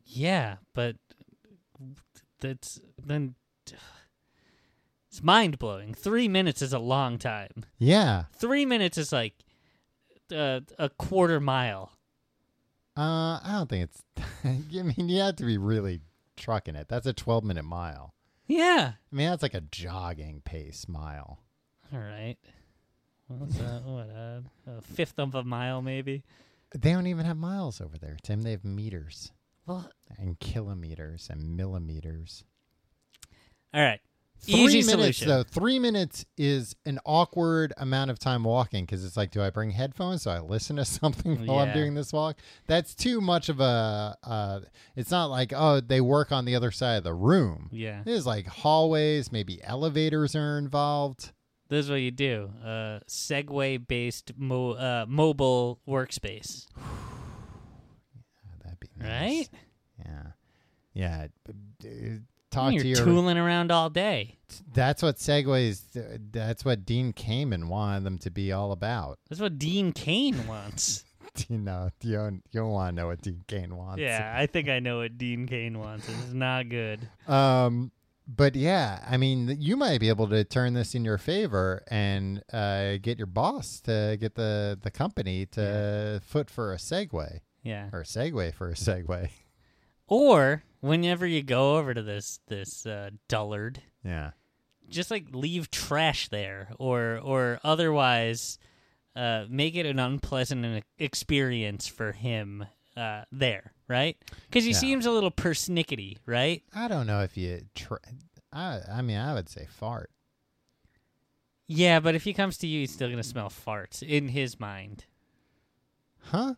S4: Yeah, but that's then. It's mind blowing. Three minutes is a long time.
S3: yeah
S4: Three minutes is like uh, a quarter mile.
S3: uh i don't think it's (laughs) i mean you have to be really trucking it that's a 12 minute mile
S4: Yeah.
S3: i mean that's like a jogging pace mile
S4: All right. What's that? What a, a fifth of a mile, maybe.
S3: they don't even have miles over there tim they have meters
S4: Well,
S3: and kilometers and millimeters
S4: all right.
S3: Three
S4: Easy
S3: minutes,
S4: solution.
S3: though. Three minutes is an awkward amount of time walking because it's like, do I bring headphones? Do I listen to (laughs) something while I'm
S4: Yeah.
S3: doing this walk? That's too much of a. Uh, it's not like oh, they work on the other side of the room.
S4: Yeah.
S3: it is like hallways. Maybe elevators are involved.
S4: This is what you do. Uh, Segway based mo- uh, mobile workspace.
S3: Oh, that'd be
S4: Right?
S3: nice. Yeah, yeah. b- d- Talk
S4: You're
S3: to your.
S4: tooling around all day.
S3: that's what segues. uh, That's what Dean Kamen wanted them to be all about. (laughs)
S4: That's what Dean Kane wants.
S3: You know, you don't, you don't want to know what Dean Kane wants.
S4: Yeah, I think I know what Dean Kane wants. It's not good.
S3: Um, But yeah, I mean, th- you might be able to turn this in your favor and uh, get your boss to get the, the company to foot for a segue
S4: Yeah.
S3: or segue for a
S4: (laughs)
S3: segue.
S4: Or whenever you go over to this this uh, dullard,
S3: Yeah.
S4: just like leave trash there, or or otherwise, uh, make it an unpleasant an- experience for him uh, there, right? Because he
S3: Yeah.
S4: seems a little persnickety, right?
S3: I don't know if you. Tr- I, I mean, I would say fart.
S4: Yeah, but if he comes to you, he's still gonna smell farts in his mind,
S3: Huh?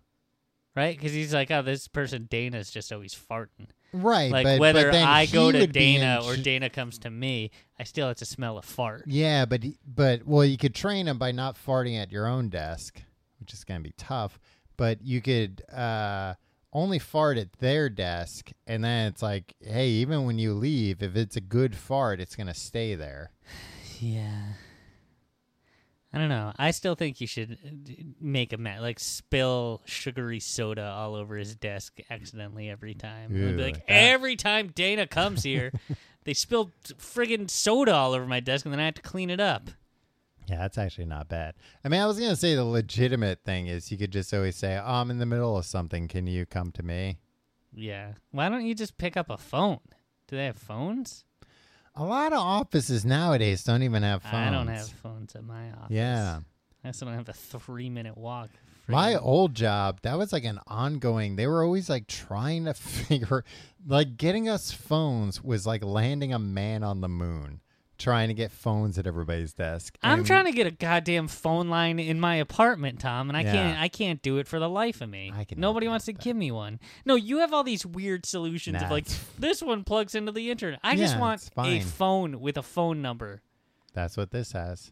S4: right? Because he's like, oh, this person Dana's just always farting.
S3: Right.
S4: Like
S3: but,
S4: whether
S3: but then
S4: I
S3: he
S4: go to
S3: would be in
S4: Dana or
S3: ch-
S4: Dana comes to me, I still have to smell a fart.
S3: Yeah, but but well, you could train him by not farting at your own desk, which is gonna be tough. But you could uh, only fart at their desk, and then it's like, hey, even when you leave, if it's a good fart, it's gonna stay there.
S4: Yeah. I don't know. I still think you should uh, d- make a mat, like spill sugary soda all over his desk accidentally every time. It'd
S3: Ew,
S4: be like
S3: like that.
S4: every time Dana
S3: (laughs)
S4: comes here, they spilled friggin' soda all over my desk, and then I have to clean it up.
S3: Yeah, that's actually not bad. I mean, I was gonna say the legitimate thing is you could just always say, oh, I'm in the middle of something. Can you come to me?
S4: Yeah. Why don't you just pick up a phone? Do they have phones?
S3: A lot of offices nowadays don't even have Uh, phones.
S4: I don't have phones at my office.
S3: Yeah.
S4: I also don't have a three-minute walk.
S3: My
S4: Friggin'
S3: old job, that was like an ongoing. They were always like trying to (laughs) figure, like getting us phones was like landing a man on the moon, trying to get phones at everybody's desk.
S4: I'm
S3: And
S4: trying to get a goddamn phone line in my apartment, Tom, and I
S3: Yeah.
S4: can't. I can't do it for the life of me.
S3: I can help
S4: Nobody
S3: you
S4: wants to
S3: with that.
S4: give me one. No, you have all these weird solutions of
S3: Nah,
S4: like
S3: it's-
S4: this one plugs into the internet. I just
S3: Yeah,
S4: want
S3: it's
S4: a
S3: fine.
S4: phone with a phone number.
S3: That's what this has.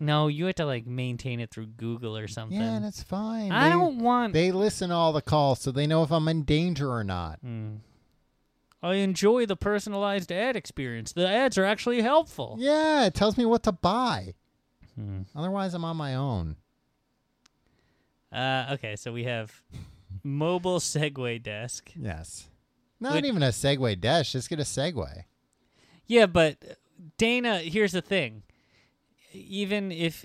S4: No, you have to like maintain it through Google or something.
S3: Yeah, and it's fine.
S4: I
S3: They-
S4: don't want.
S3: They listen to all the calls, so they know if I'm in danger or not.
S4: Mm. I enjoy the personalized ad experience. The ads are actually helpful.
S3: Yeah, it tells me what to buy.
S4: Hmm.
S3: Otherwise, I'm on my own.
S4: Uh, okay, so we have mobile (laughs) Segway desk.
S3: Yes. Not
S4: Would-
S3: even a Segway dash. Just get a Segway.
S4: Yeah, but Dana, here's the thing. Even if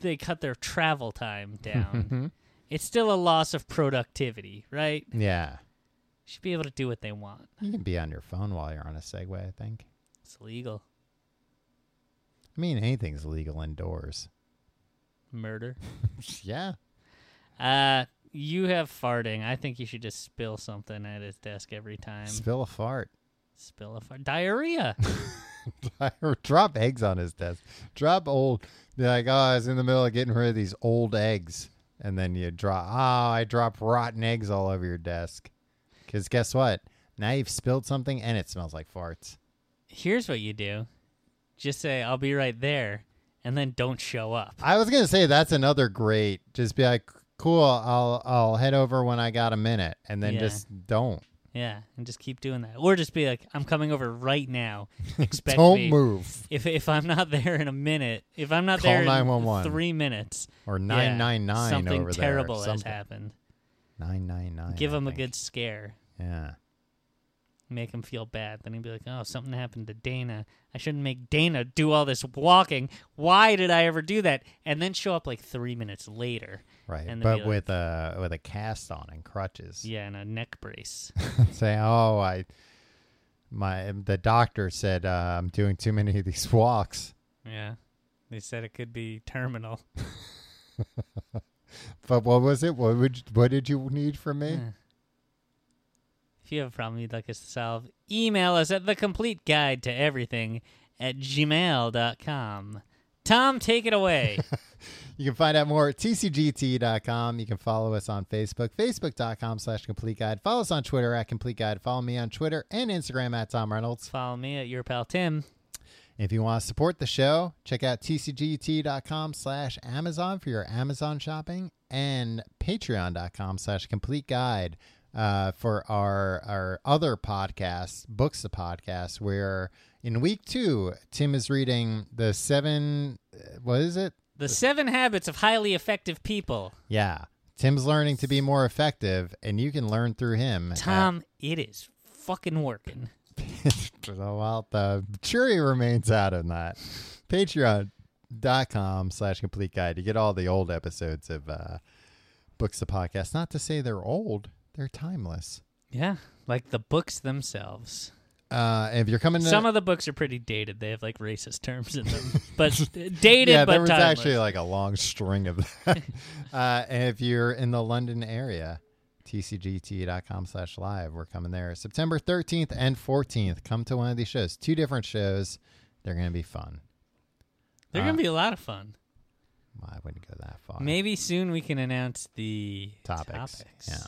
S4: they cut their travel time down, it's still a loss of productivity, right?
S3: (laughs) Yeah.
S4: Should be able to do what they want.
S3: You can be on your phone while you're on a Segway, I think.
S4: It's legal.
S3: I mean, anything's legal indoors.
S4: Murder.
S3: Yeah.
S4: Uh you have farting. I think you should just spill something at his desk every time.
S3: Spill a fart. (laughs)
S4: spill a fart. Diarrhea.
S3: Drop eggs on his desk. Drop old. Be like, oh, I was in the middle of getting rid of these old eggs. And then you drop, oh, I drop rotten eggs all over your desk. Because guess what? Now you've spilled something and it smells like farts.
S4: here's what you do. Just say I'll be right there and then don't show up.
S3: I was going to say that's another great. Just be like, cool, I'll, I'll head over when I got a minute. And then
S4: Yeah.
S3: just don't.
S4: Yeah, and just keep doing that. Or just be like, I'm coming over
S3: (laughs)
S4: right now. Expect
S3: don't
S4: me.
S3: move.
S4: If if I'm not there in a minute, if I'm not
S3: Call
S4: there in
S3: 911.
S4: three minutes,
S3: Or
S4: yeah,
S3: 999
S4: something
S3: over there.
S4: terrible has
S3: something.
S4: happened.
S3: 999.
S4: Give
S3: I
S4: him a
S3: think.
S4: good scare,
S3: Yeah.
S4: make him feel bad. Then he'd be like, "Oh, something happened to Dana. I shouldn't make Dana do all this walking. Why did I ever do that?" And then show up like three minutes later.
S3: Right,
S4: and then
S3: but
S4: be like,
S3: with a with a cast on and crutches.
S4: yeah, and a neck brace.
S3: (laughs)
S4: (laughs)
S3: Say, oh, I, my the doctor said uh, I'm doing too many of these (laughs) walks.
S4: yeah, they said it could be terminal.
S3: But what was it? What would what did you need from me?
S4: Yeah. If you have a problem you'd like us to solve, email us at the complete guide to everything at gmail.com. Tom, take it away.
S3: (laughs) You can find out more at tcgt.com. You can follow us on Facebook, facebook.com slash complete guide. Follow us on Twitter at complete guide. Follow me on Twitter and Instagram at Tom Reynolds.
S4: Follow me at your pal Tim.
S3: If you want to support the show, check out tcgt.com slash Amazon for your Amazon shopping and patreon.com slash complete guide uh, for our, our other podcast, Books the Podcast, where in week two, Tim is reading the seven, uh, what is it?
S4: The seven habits of highly effective people.
S3: Yeah. Tim's learning to be more effective, and you can learn through him. at-
S4: Tom, it is fucking working.
S3: (laughs) well, the jury remains out on that. Patreon.com slash complete guide to get all the old episodes of uh, Books the Podcast. Not to say they're old, they're timeless.
S4: Yeah, like the books themselves.
S3: Uh, if you're coming to
S4: Some of the books are pretty dated. They have like racist terms in
S3: (laughs)
S4: them, but dated
S3: yeah,
S4: but
S3: there was
S4: timeless.
S3: actually like a long string of that. (laughs) uh, and if you're in the London area, tcgt.com slash live. We're coming there September 13th and 14th. Come to one of these shows. Two different shows. They're going to be fun.
S4: They're
S3: uh,
S4: gonna be a lot of fun.
S3: Well, I wouldn't go that far.
S4: Maybe soon we can announce the
S3: Topics. Yeah.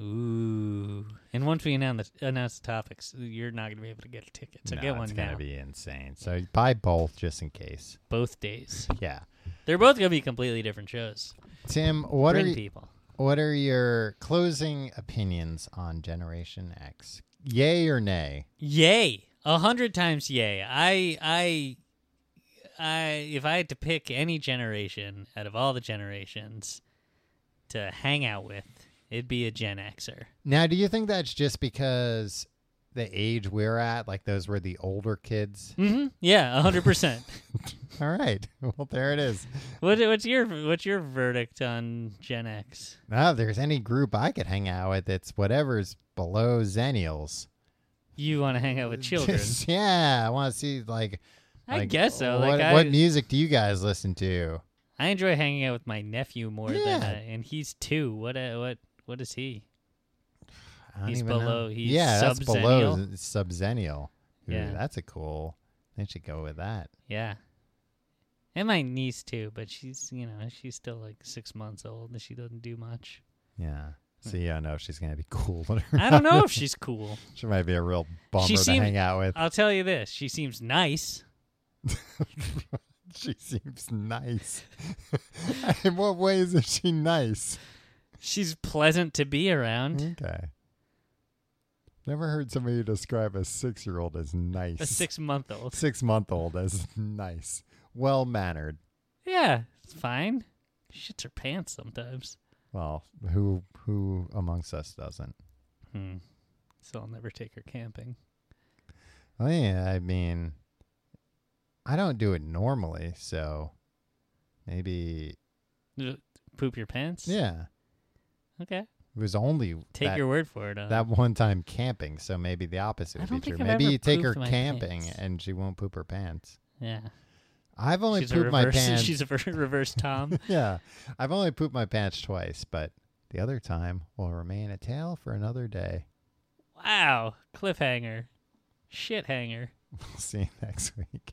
S4: Ooh. And once we announce the, announce the topics, you're not gonna be able to get a ticket. So
S3: no,
S4: get one
S3: it's
S4: now.
S3: to be insane. So buy both just in case.
S4: both days.
S3: Yeah.
S4: They're both gonna be completely different shows.
S3: Tim, what
S4: Bring
S3: are, y-
S4: people.
S3: what are your closing opinions on Generation X? Yay or nay?
S4: Yay! A hundred times yay. I I I if I had to pick any generation out of all the generations to hang out with, it'd be a Gen Xer.
S3: Now, do you think that's just because the age we're at, like those were the older kids? (laughs)
S4: Mm-hmm. Yeah, a hundred percent.
S3: All right. Well, there it is.
S4: What what's your what's your verdict on Gen X?
S3: Now, if there's any group I could hang out with, it's whatever's below Xennials.
S4: You want to
S3: (laughs)
S4: hang out with children?
S3: yeah. I want to see, like,
S4: I
S3: like,
S4: guess so.
S3: What,
S4: Like, I-
S3: what music do you guys listen to?
S4: I enjoy hanging out with my nephew more than,
S3: Yeah.
S4: uh, and he's two. What uh, what what is he?
S3: I don't
S4: He's
S3: even know.
S4: below- he's
S3: yeah, that's below
S4: sub-Xennial.
S3: subzennial.
S4: Yeah.
S3: that's a cool. They should go with that.
S4: Yeah. And my niece too, but she's you know she's still like six months old and she doesn't do much.
S3: Yeah. So you don't know if she's gonna be (laughs) cool. Or
S4: Hmm. I don't know
S3: not.
S4: if
S3: (laughs)
S4: she's cool.
S3: she might be a real bummer
S4: she
S3: to
S4: seems-
S3: hang out with. (laughs)
S4: I'll tell you this: she seems nice.
S3: she seems nice. (laughs) In what way is she nice?
S4: She's pleasant to be around.
S3: Okay. Never heard somebody describe a six year old as nice.
S4: A six month old.
S3: six month old as nice. Well mannered.
S4: Yeah, it's fine. She shits her pants sometimes.
S3: Well, who who amongst us doesn't?
S4: Hmm. So I'll never take her camping.
S3: Oh yeah, I mean I don't do it normally, so maybe
S4: Uh, Poop your pants.
S3: yeah.
S4: Okay.
S3: It was only
S4: Take
S3: that-
S4: your word for it. uh,
S3: that one time camping, so maybe the opposite
S4: I
S3: would
S4: don't
S3: be true.
S4: think I've
S3: Maybe
S4: ever
S3: you take her
S4: pooped my
S3: camping
S4: pants.
S3: and she won't poop her pants.
S4: yeah.
S3: I've only
S4: She's a
S3: pooped my
S4: reverse. (laughs)
S3: pants.
S4: She's a ver- reverse Tom.
S3: (laughs) yeah, I've only pooped my pants twice, but the other time will remain a tale for another day. (laughs)
S4: wow. Cliffhanger. Shit hanger.
S3: We'll see you next week.